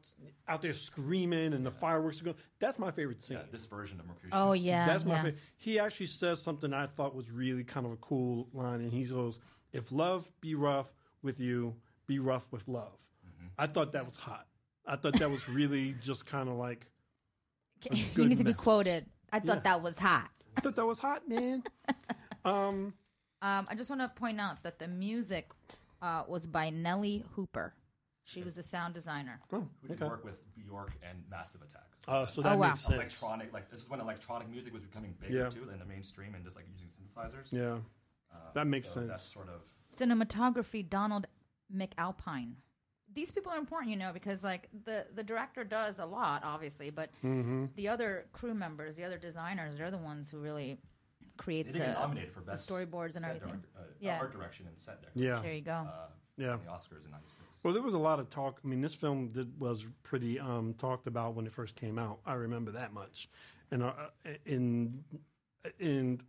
G: out there screaming and the fireworks are going. That's my favorite scene.
D: Yeah, this version of Mercutio.
E: Oh yeah,
G: That's my
E: yeah.
G: favorite. He actually says something I thought was really kind of a cool line, and he goes, "If love be rough with you, be rough with love." I thought that was hot. I thought that was really just kind of like
E: Okay, you
G: good
E: need to be
G: message.
E: quoted. I thought
G: Yeah.
E: that was hot.
G: I thought that was hot, man. Um,
E: Um, I just want to point out that the music uh, was by Nellie Hooper. She was a sound designer.
G: oh,
D: Who did
G: okay.
D: work with Bjork and Massive Attack? So
G: Uh, so that
E: Oh, wow.
G: makes sense.
D: electronic, like this is when electronic music was becoming bigger
G: Yeah.
D: too in the mainstream and just like using synthesizers.
G: Yeah,
D: Um,
G: that makes
D: so That's
G: sense.
D: sort of
E: Cinematography Donald McAlpine. These people are important, you know, because like the the director does a lot, obviously, but
D: Mm-hmm.
E: the other crew members, the other designers, they're the ones who really
D: they
E: create
D: did
E: the
D: get nominated for
E: the
D: best
E: storyboards and
D: set
E: everything.
D: direct- uh,
E: Yeah.
D: art direction and set decoration.
G: yeah,
E: There you go.
D: Uh,
G: Yeah.
D: in the Oscars in '96.
G: Well, there was a lot of talk. I mean, this film did, was pretty um, talked about when it first came out. I remember that much, and uh, in and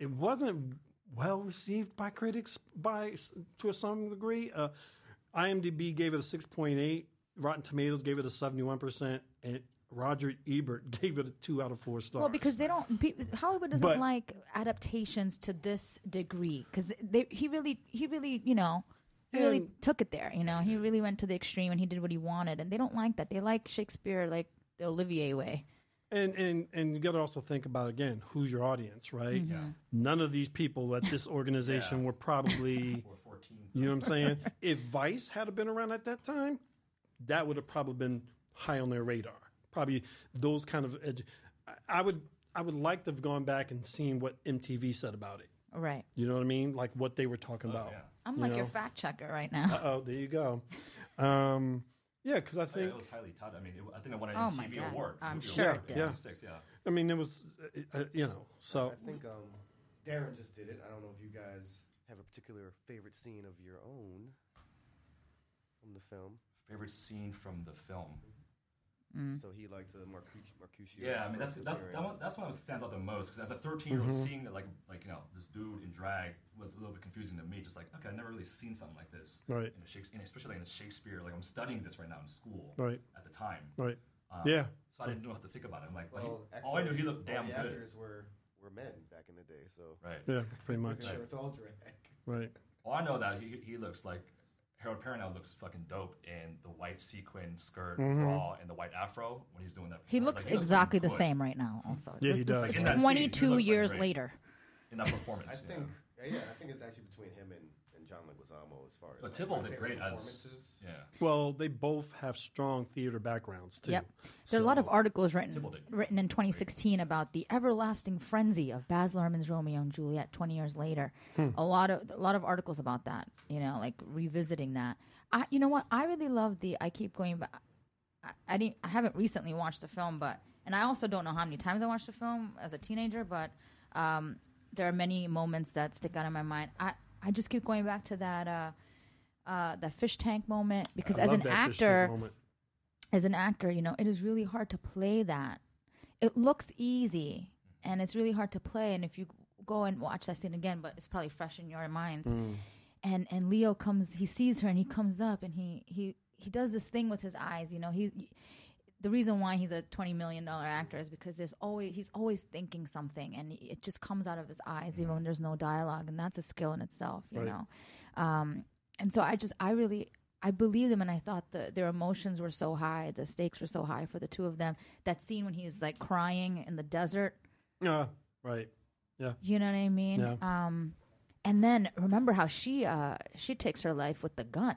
G: it wasn't well received by critics by to some degree. Uh, IMDb gave it a six point eight. Rotten Tomatoes gave it a seventy one percent, and Roger Ebert gave it a two out of four stars.
E: Well, because they don't. Pe- Hollywood doesn't
G: But-
E: like adaptations to this degree because they he really he really you know he really
G: And-
E: took it there. You know, he really went to the extreme and he did what he wanted, and they don't like that. They like Shakespeare like the Olivier way.
G: And and and you got to also think about again who's your audience, right? None of these people at this organization were probably,
D: Or 14.
G: you know what I'm saying? if Vice had been around at that time, that would have probably been high on their radar. Probably those kind of. Edu- I- I would I would like to have gone back and seen what MTV said about it.
E: Right.
G: You know what I mean? Like what they were talking about.
D: yeah.
E: I'm
G: You
E: like your
G: know?
E: fact checker right now.
G: Oh, there you go. Um, yeah, because I
D: Oh, Yeah,
G: think
D: it was highly touted. I mean, it, I think I won an
E: Oh my
D: MTV
E: God.
D: award.
E: I'm
D: Movie
E: sure
D: award
G: it
D: in
G: did.
D: 96, yeah.
G: I mean there was, uh, uh, you know, so
C: I think um, Darren just did it. I don't know if you guys have a particular favorite scene of your own from the film.
D: Favorite scene from the film.
C: So he liked the Mercutio. Mercutio
D: Yeah, I mean that's that's that one, that's one that stands out the most because as a 13 year old
G: Mm-hmm.
D: seeing that like like you know this dude in drag was a little bit confusing to me. Just like okay, I never really seen something like this,
G: Right.
D: In a Shakespeare, especially in a Shakespeare, like I'm studying this right now in school,
G: Right.
D: At the time,
G: right,
D: Um,
G: yeah.
D: So I didn't know what to think about it. I'm like, well, he-
C: Well,
D: all I knew he
C: actually,
D: looked damn
C: all the
D: good,
C: actors were were men back in the day, so
D: right?
G: yeah, pretty much,
C: sure it's all drag.
G: right.
D: Well, I know that he, he looks like Harold Perrineau looks fucking dope in the white sequin skirt,
G: Mm-hmm.
D: bra, and the white afro when he's doing that.
E: He
D: like,
E: looks
D: fucking
E: exactly the
D: good
E: same right now. Also,
G: Yeah, he does.
D: Like in that scene, he
E: Twenty-two
D: looked like
E: years
D: great
E: later,
D: in that performance.
C: I
D: you know?
C: think yeah, I think it's actually between him and, and John Leguizamo as far as
D: But
C: like,
D: Tibble
C: my
D: did
C: favorite
D: great as
C: performances.
D: yeah.
G: Well, they both have strong theater backgrounds too.
E: yep. There are a lot of
G: So-
E: articles written
D: Sybil did.
E: written in 2016 about the everlasting frenzy of Baz Luhrmann's Romeo and Juliet 20 years later.
G: Hmm.
E: A lot of a lot of articles about that. You know, like revisiting that. I, you know what? I really love the. I keep going back. I, I didn't. I haven't recently watched the film, but and I also don't know how many times I watched the film as a teenager, but um, there are many moments that stick out in my mind. I I just keep going back to that. Uh, uh, that fish tank moment because
G: I
E: as
G: love
E: an
G: that fish tank
E: actor
G: moment.
E: as an actor, you know, it is really hard to play that. It looks easy and it's really hard to play. And if you go and watch that scene again, but it's probably fresh in your minds. And and Leo comes, he sees her and he comes up and he he he does this thing with his eyes. You know, he the reason why he's a twenty million dollar actor is because there's always he's always thinking something and it just comes out of his eyes even when there's no dialogue and that's a skill in itself. You
G: Right.
E: know Um, and so I just I really I believed them and I thought the, their emotions were so high, the stakes were so high for the two of them. That scene when he's like crying in the desert,
G: Yeah, Uh, right. Yeah.
E: you know what I mean?
G: Yeah.
E: Um and then remember how she uh she takes her life with the gun.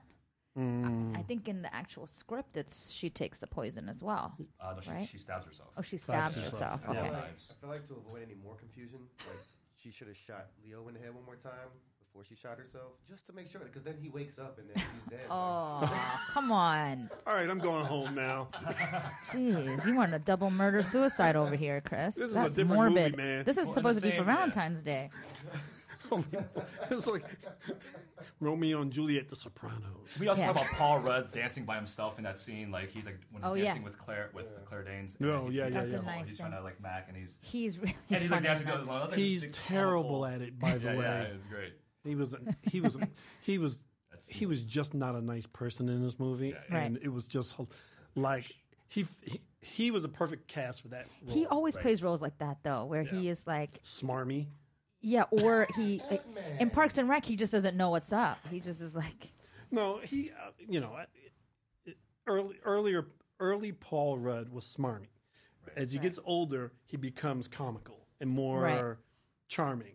E: I, I think in the actual script it's she takes the poison as well.
D: Uh, no, she,
E: Right?
D: she stabs herself.
E: Oh, she stabs herself.
G: herself.
C: I
E: Okay.
C: feel, like,
D: Knives.
C: I feel like to avoid any more confusion, like she should have shot Leo in the head one more time before she shot herself, just to make sure. Because then he wakes up and then she's dead. Like,
E: Oh, come on.
G: All right, I'm going home now.
E: Jeez, you want a double murder suicide over here, Chris.
G: This is a
E: That's
G: different movie,
E: morbid.
G: man.
E: This is
D: Well, in the
E: supposed to be
D: same-
E: for
D: yeah.
E: Valentine's Day.
G: it's like Romeo and Juliet, The Sopranos.
D: We also
E: Yeah.
D: talk about Paul Rudd dancing by himself in that scene. Like he's like when he's
E: Oh, yeah.
D: dancing with Claire with Claire Danes. and
G: No,
D: he-
G: yeah, yeah,
D: he dances
G: yeah.
D: alone.
E: That's a
D: He's
E: nice
D: trying to like mac and he's
E: He's really
D: and he's like
E: funny
D: dancing
E: in
D: to
E: that.
D: the other.
G: He's terrible at it, by the
D: Yeah,
G: way.
D: yeah, it's great.
G: He was he was he was
D: That's-
G: he was just not a nice person in this movie,
D: Yeah,
E: yeah.
G: and
E: Right.
G: it was just h- like he, he he was a perfect cast for that. Role.
E: He always
D: Right.
E: plays roles like that though, where he is like,
G: smarmy.
E: yeah, or he in Parks and Rec, he just doesn't know what's up. He just is like,
G: No, he uh, you know I- it- early earlier early Paul Rudd was smarmy. As he gets older, he becomes comical and more
E: Right.
G: charming.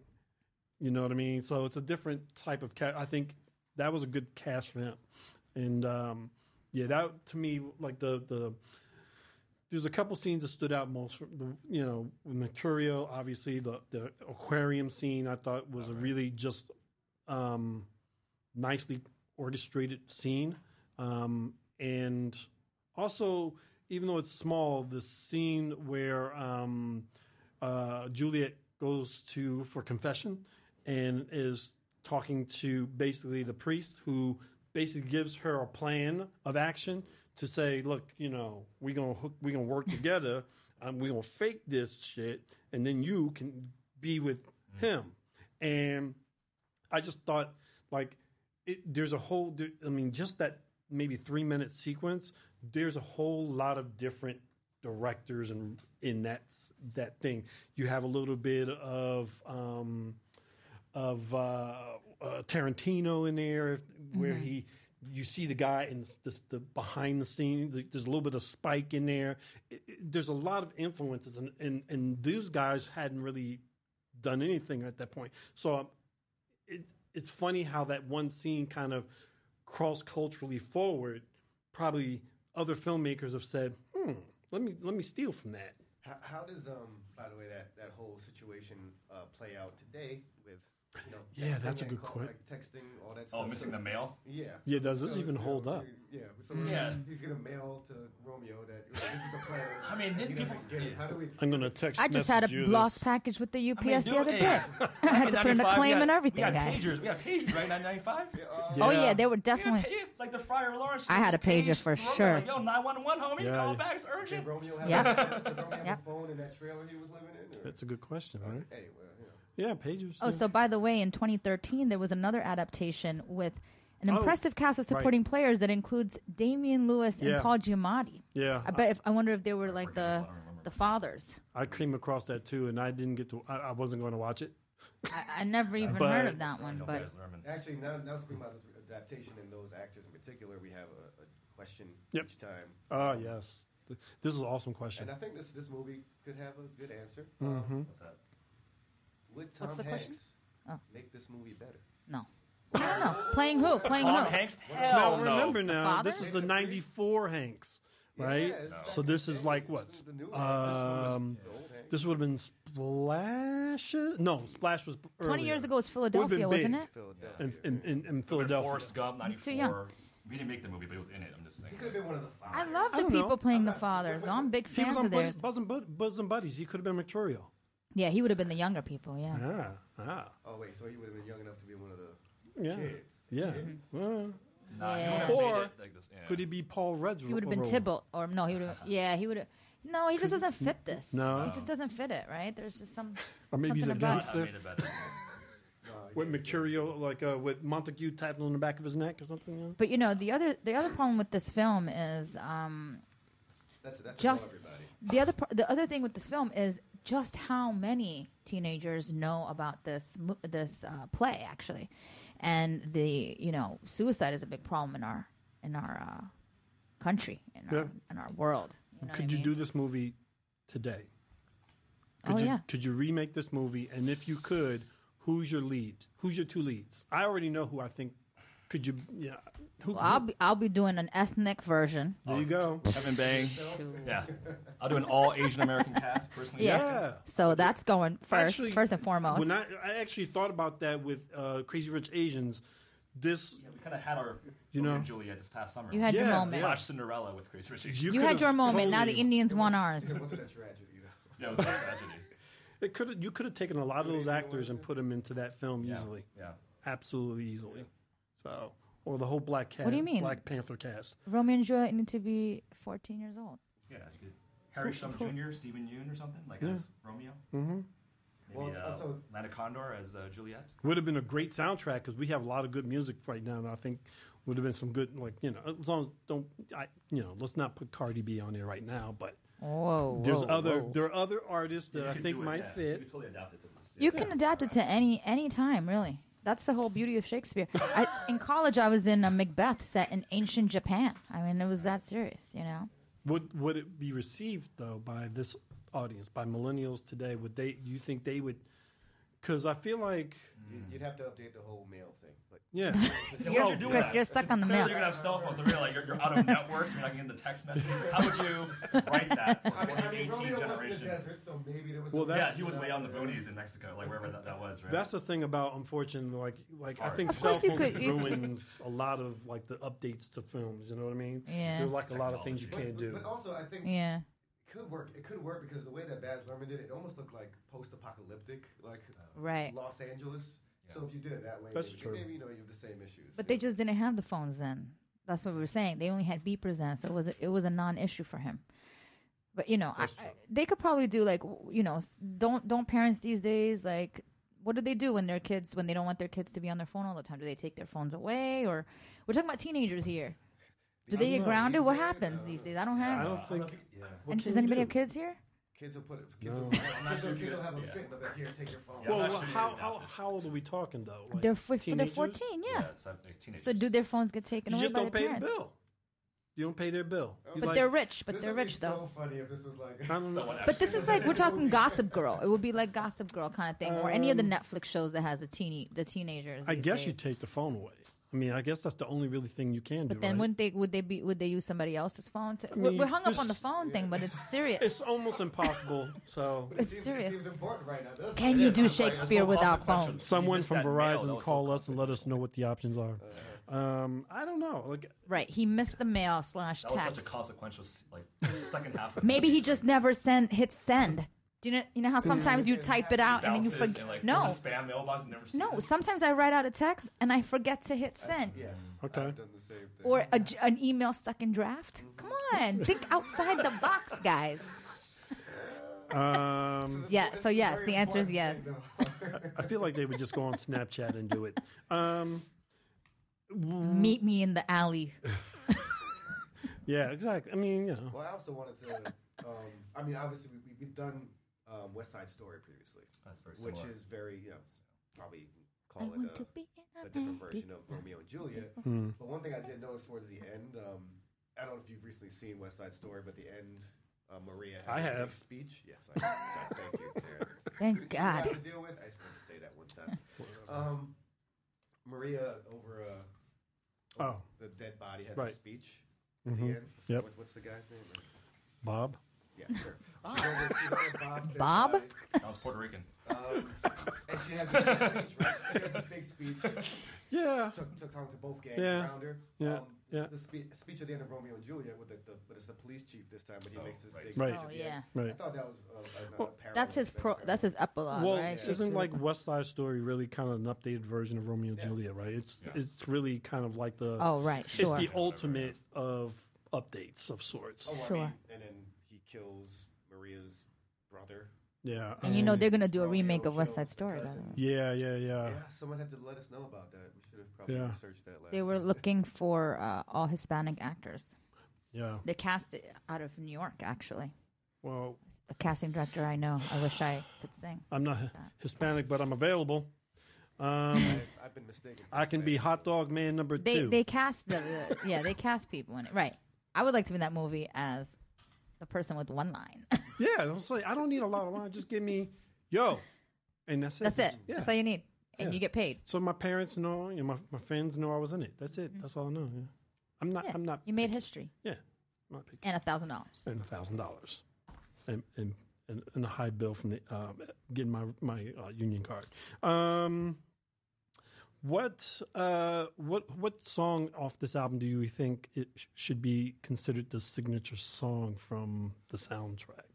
G: You know what I mean? So it's a different type of cat. I think that was a good cast for him, and um, yeah, that to me like the the there's a couple scenes that stood out most. From the, you know, with Mercurio, obviously the the aquarium scene I thought was a really just um, nicely orchestrated scene, um, and also even though it's small, the scene where um, uh, Juliet goes to for confession and is talking to basically the priest who basically gives her a plan of action to say, look, you know, we gonna hook, we gonna work together. Um, we gonna fake this shit, and then you can be with him. And I just thought like it, there's a whole. there- I mean, just that maybe three minute sequence. There's a whole lot of different directors and in that s- that thing. You have a little bit of. Um, of uh, uh, Tarantino in there, if, where he you see the guy in the, the, the behind the scene. the- There's a little bit of Spike in there. It- it- there's a lot of influences, and, and and these guys hadn't really done anything at that point. So um, it, it's funny how that one scene kind of cross culturally forward. Probably other filmmakers have said, "Hmm, let me let me steal from that."
C: How, how does um by the way that that whole situation uh, play out today with you know
G: Yeah,
C: texting
G: that's a
C: and
G: good que-
C: Like texting all that.
D: Oh,
C: stuff.
D: missing
C: So-
D: the mail.
C: Yeah.
G: Yeah, does this even
C: you know,
G: hold up?
C: Yeah. So
D: Yeah.
C: he's gonna mail to Romeo that you know, this is the plan.
D: I mean,
C: he
D: didn't
C: doesn't
D: people-
C: get it.
D: yeah.
C: How do we?
G: I'm gonna text.
E: I just had
G: message
E: a
G: you
E: lost
G: this.
E: package with the
D: I mean,
E: UPS
D: do
E: the other
D: it.
E: day. I had to put in a
D: 95, we
E: claim
D: had-
E: and everything,
D: we had
E: guys.
D: Pagers. We had pagers, right? 995?
E: Oh yeah, they were
D: We had
E: definitely.
D: pa- like the Friar Lawrence.
E: I had
D: just
E: a pager
D: paged
E: for
D: Roman,
E: sure.
D: Like, Yo, 911, homie,
G: Yeah,
D: call
G: yeah.
D: back. It's
C: Did
D: urgent.
C: Romeo have,
E: Yeah.
C: did Romeo have
E: Yeah.
C: a phone in that trailer he was living in? Or?
G: That's a good question, right?
C: Hey, well, you know.
G: Yeah, pages.
E: Oh,
G: yeah.
E: so by the way, in 2013 there was another adaptation with an
G: Oh,
E: impressive cast of
G: right.
E: supporting players that includes Damian Lewis and
G: Yeah.
E: Paul Giamatti.
G: Yeah,
E: I bet if I wonder if they were like
D: forget, Uh-huh. I
E: the
D: don't remember.
E: the fathers.
G: I came across that too, and I didn't get to. I, I wasn't going to watch it.
E: I, I never even
G: But-
E: heard of that one,
D: No,
E: but
D: Baz Luhrmann.
C: Actually, now, now speaking about this adaptation and those actors in particular, we have a, a question
G: Yep.
C: each time.
G: Ah, yes. Th- This is an awesome question.
C: And I think this this movie could have a good answer.
G: Mm-hmm.
C: Um,
D: What's that?
C: would Tom
E: the
C: Hanks
E: question? Oh.
C: make this movie better?
E: no. I don't know. Playing who? Playing
D: Tom
E: who?
D: Hanks?
G: Now
D: Hell no.
G: remember now,
E: father?
G: this is the '94 Hanks,
C: Yeah,
G: right?
C: it's back
G: So
C: in
G: this
C: the
G: is
C: day.
G: like what?
C: This is the new
G: Um,
C: The old Hanks.
G: this would have been Splash. No, Splash was earlier.
E: 20 years ago was Philadelphia, wasn't
G: big.
E: it?
C: Philadelphia.
G: in in, in, in
D: Philadelphia.
G: Philadelphia.
D: Forrest Gump, 94.
E: He's too young.
D: We didn't make the movie, but it was in it. I'm just saying.
C: He could have been one of the five.
E: I love
G: I
E: the
G: don't
E: people
G: know.
E: playing the fathers. so I'm big
G: He was
E: fans
G: on
E: of
G: Bud-
E: theirs.
G: Bosom, Bud- Bosom Buddies. He could have been Mercurial.
E: Yeah, he would have been the younger people. Yeah.
G: Ah, ah,
C: Oh wait, so he would have been young enough to be one of the
G: yeah,
C: kids.
G: yeah.
C: Kids.
G: Uh,
D: Nah, he
E: Yeah.
D: wouldn't have made
G: Or
D: it like this, yeah.
G: could he be Paul Red's?
E: He would have been Tybalt, or no, he would have. Yeah, he would have. No, he just doesn't fit this.
G: No.
E: he just doesn't fit it. Right? There's just some.
G: Or maybe he's
E: something
G: a
E: about-
D: Not have
G: gangster
D: made it better.
G: with Mercurial, like uh, with Montague tattooed on the back of his neck or something. Yeah.
E: But you know, the other the other problem with this film is um,
C: That's that's Just,
E: Just-
C: everybody.
E: the other par- the other thing with this film is just how many teenagers know about this mo- this uh, play actually, and the you know suicide is a big problem in our in our uh, country in our,
G: Yeah.
E: in our world. You know
G: Could
E: what
G: you
E: I mean?
G: do this movie today? Could
E: Oh
G: you,
E: yeah.
G: Could you remake this movie? And if you could, who's your lead? Who's your two leads? I already know who I think. Could you? Yeah. Who?
E: Well, I'll be I'll be doing an ethnic version.
G: there you go.
D: Kevin Bang. Yeah. I'll do an all Asian American cast, personally.
E: Yeah.
G: Yeah.
E: So that's going first, first and foremost.
G: When I, I actually thought about that with uh, Crazy Rich Asians, this
D: Yeah, we kind of had our
G: You know?
D: Romeo and Juliet this past summer.
E: you had your
G: Yeah,
E: moment.
G: yeah.
D: slash Cinderella with Grace Ritchie.
E: You had
G: could've
E: your moment. Now the
G: totally-
E: Indians want ours.
C: It wasn't a tragedy, you know.
D: Yeah, it was a tragedy.
G: It could you could have taken a lot of those actors and put them into that film
D: Yeah.
G: easily,
D: Yeah.
G: absolutely easily. So, or the whole Black Cat,
E: What do you mean?
G: Black Panther cast?
E: Romeo and Juliet need to be 14 years old.
D: Yeah. You could, Harry Shum Jr., Stephen Yoon or something, like as Romeo. Mm-hmm. Maybe
C: Well,
D: uh,
C: also-
D: Lana Condor as uh, Juliet.
G: Would have been a great soundtrack because we have a lot of good music right now, and I think would have been some good like you know as long as don't I you know let's not put Cardi B on there right now, but
E: Whoa.
G: there's
E: whoa,
G: other
E: whoa.
G: there are other artists that
D: You
G: I
D: could
G: think
D: do it,
G: might
D: yeah. You
G: fit.
D: could totally adapt it to this.
E: You can adapt it to any any time, really. That's the whole beauty of Shakespeare. I, in college, I was in a Macbeth set in ancient Japan. I mean, it was that serious, you know.
G: Would would it be received though by this audience by millennials today? Would they? Do you think they would? Because I feel like
C: You- You'd have to update the whole male thing, but
G: yeah.
D: Yeah,
E: You're-
D: once
G: Oh,
D: you're doing
E: Chris,
D: that,
E: you're stuck on the
D: clearly
E: mail.
D: You're gonna have cell phones. I realize you're, you're out of networks. You're not getting the text messages. How would you write that for
C: I mean, I
D: 2018
C: mean Romeo was in the
D: generation?
C: desert, so maybe there was.
G: Well,
C: no-
G: that's- uh,
D: Yeah, he was way on the boonies in Mexico, like wherever that, that was, right?
G: That's the thing about unfortunately, like like I
D: hard.
G: think
E: Of
G: cell
E: course you
G: phone
E: could- you-
G: ruins a lot of like the updates to films. You know what I mean?
E: Yeah.
G: There are like a lot of things you
C: But,
G: can't do.
C: but also, I think
E: Yeah.
C: it could work. It could work because the way that Baz Luhrmann did it, it almost looked like post-apocalyptic, like uh,
E: Right.
C: Los Angeles. So if you did it that way,
G: That's
C: maybe,
G: true.
C: maybe you know you have the same issues.
E: But they just didn't have the phones then. That's what we were saying. They only had beepers then, so it was it was a non-issue for him. But you know, I, I, they could probably do like w- you know, s- don't don't parents these days like what do they do when their kids when they don't want their kids to be on their phone all the time? Do they take their phones away or we're talking about teenagers here? Do they get grounded? What happens these days? I don't
G: I
E: have.
G: don't think.
D: yeah.
E: and does anybody have kids here?
C: kids will put it. Kids, will, kids, will, kids will have a fit. But like, here, take your phone.
G: Well,
D: I'm not
G: well,
D: sure
G: how
D: about
G: how
D: this.
G: how old are we talking though? Like,
E: They're f- they're
G: teenagers?
E: fourteen, yeah.
D: Yeah, it's like teenagers.
E: So do their phones get taken
G: You
E: away
G: just
E: by
G: don't
E: their
G: pay the
E: parents?
G: bill. You don't pay their bill. You
E: But
G: like-
E: they're rich. But
C: This
E: they're
C: would be
E: rich though.
C: So funny if this was like.
G: I don't know.
D: Someone
E: But
D: actually
E: this is like we're talking Gossip Girl. It would be like Gossip Girl kind of thing, or any of the Netflix shows that has the teeny the teenagers.
G: I
E: these
G: guess
E: days.
G: you take the phone away. I mean, I guess that's the only really thing you can do.
E: But then
G: right?
E: wouldn't they? Would they be? Would they use somebody else's phone? To,
G: mean,
E: we're, we're hung up on the
G: this-
E: phone thing, but it's serious.
G: it's almost impossible. So
C: But it
E: It's
C: seems,
E: serious.
C: It seems important right now. doesn't it?
E: Can you do
D: It's like, it's
E: Shakespeare
D: so
E: without
D: consequential.
E: phones?
G: someone
D: missed
G: from
D: that mail,
G: Verizon
D: that was so Uh-huh.
G: call us and let us know what the options are. Um, I don't know. Like
E: Right. He missed the mail slash
D: That was such a
E: text.
D: consequential, like second half. Of the
E: Maybe
D: movie.
E: he just never sent hit send. Do you know? You know how sometimes you type it out and then you
D: Bounces
E: forget.
D: and, like,
E: no.
D: there's a spam mailbox and never sees
E: No,
D: it.
E: sometimes I write out a text and I forget to hit send.
C: Yes.
G: Okay.
C: I've done the same thing.
E: Or a j an email stuck in draft. Come on, think outside the box, guys.
G: um,
E: Yeah, so yes, the answer is yes.
G: I feel like they would just go on Snapchat and do it. Um,
E: Meet me in the alley.
G: yeah, exactly. I mean, you know,
C: Well, I also wanted to. Um, I mean, obviously, we, we- we've done um, West Side Story previously,
D: That's very
C: which
D: similar.
C: is very you know probably
E: I
C: call it
E: want
C: a,
E: to be in a Mm-hmm.
C: a different
E: band.
C: version of Romeo and Juliet.
G: Hmm.
C: But one thing I did notice towards the end, um, I don't know if you've recently seen West Side Story, but the end, uh, Maria has
G: I
C: to
G: have.
C: make speech. Yes, I have. So thank you. There.
E: Thank
C: See what I
E: God.
C: have to deal with. I just wanted to say that one time. Um, Maria over uh,
G: Oh.
C: the dead body has a
G: Right. Mm-hmm.
C: speech at the end.
G: Yep.
C: What, what's the guy's name?
G: Bob.
C: Yeah, sure. She's over, she's over Bob's dead
E: Bob?
C: body.
D: Sounds Puerto Rican.
C: Um, and she has this big speech, right? She has this big speech
G: Yeah.
C: took took home to both gangs
G: Yeah.
C: around her.
G: Yeah.
C: Um,
G: Yeah.
C: The spe- speech at the end of Romeo and Juliet with the, the but it's the police chief this time, but he
D: Oh,
C: makes this
D: right.
C: big
G: Right.
C: speech.
H: Oh,
C: at the
H: yeah.
C: end. I
G: Right.
C: thought that was uh, a, a parallel.
E: That's his pro.
C: parallel.
E: That's his epilogue,
G: Well,
E: right?
G: isn't like West Side Story really kind of an updated version of Romeo and
C: Yeah.
G: Juliet, right? It's
D: Yeah.
G: it's really kind of like the
E: Oh, right,
G: it's
E: sure.
G: the ultimate of updates of sorts.
C: Oh, I
E: Sure.
C: mean, and then he kills Maria's brother.
G: Yeah, um,
E: And you know they're gonna do a
C: Romeo
E: remake of West
C: kills
E: Side
C: the
E: Story. by the
C: cousin.
E: way.
G: yeah, yeah, yeah.
C: Yeah, someone had to let us know about that. We should have probably
G: Yeah.
C: researched that last.
E: They were
C: time.
E: looking for uh, all Hispanic actors.
G: yeah.
E: They cast it out of New York, actually.
G: Well,
E: A casting director I know. I wish I could sing.
G: I'm not Hispanic, but I'm available. Um,
C: I've, I've been mistaken. for
G: I can be
C: Hispanic.
G: hot dog man number
E: They
G: two.
E: they cast the, the yeah they cast people in it. Right. I would like to be in that movie as the person with one line.
G: yeah, I was like, I don't need a lot of lines. Just give me, yo, and that's it.
E: That's it.
G: Yeah.
E: That's all you need, and
G: Yeah.
E: you get paid.
G: so my parents know, and my, my friends know I was in it. That's it. That's all I know. Yeah. I'm not.
E: Mm-hmm. Yeah.
G: I'm not.
E: You made history
G: Yeah, I'm not picky.
E: and a thousand dollars.
G: and a thousand dollars, and and and and a high bill from the uh, getting my my uh, union card. Um, what uh what what song off this album do you think it sh- should be considered the signature song from the soundtrack?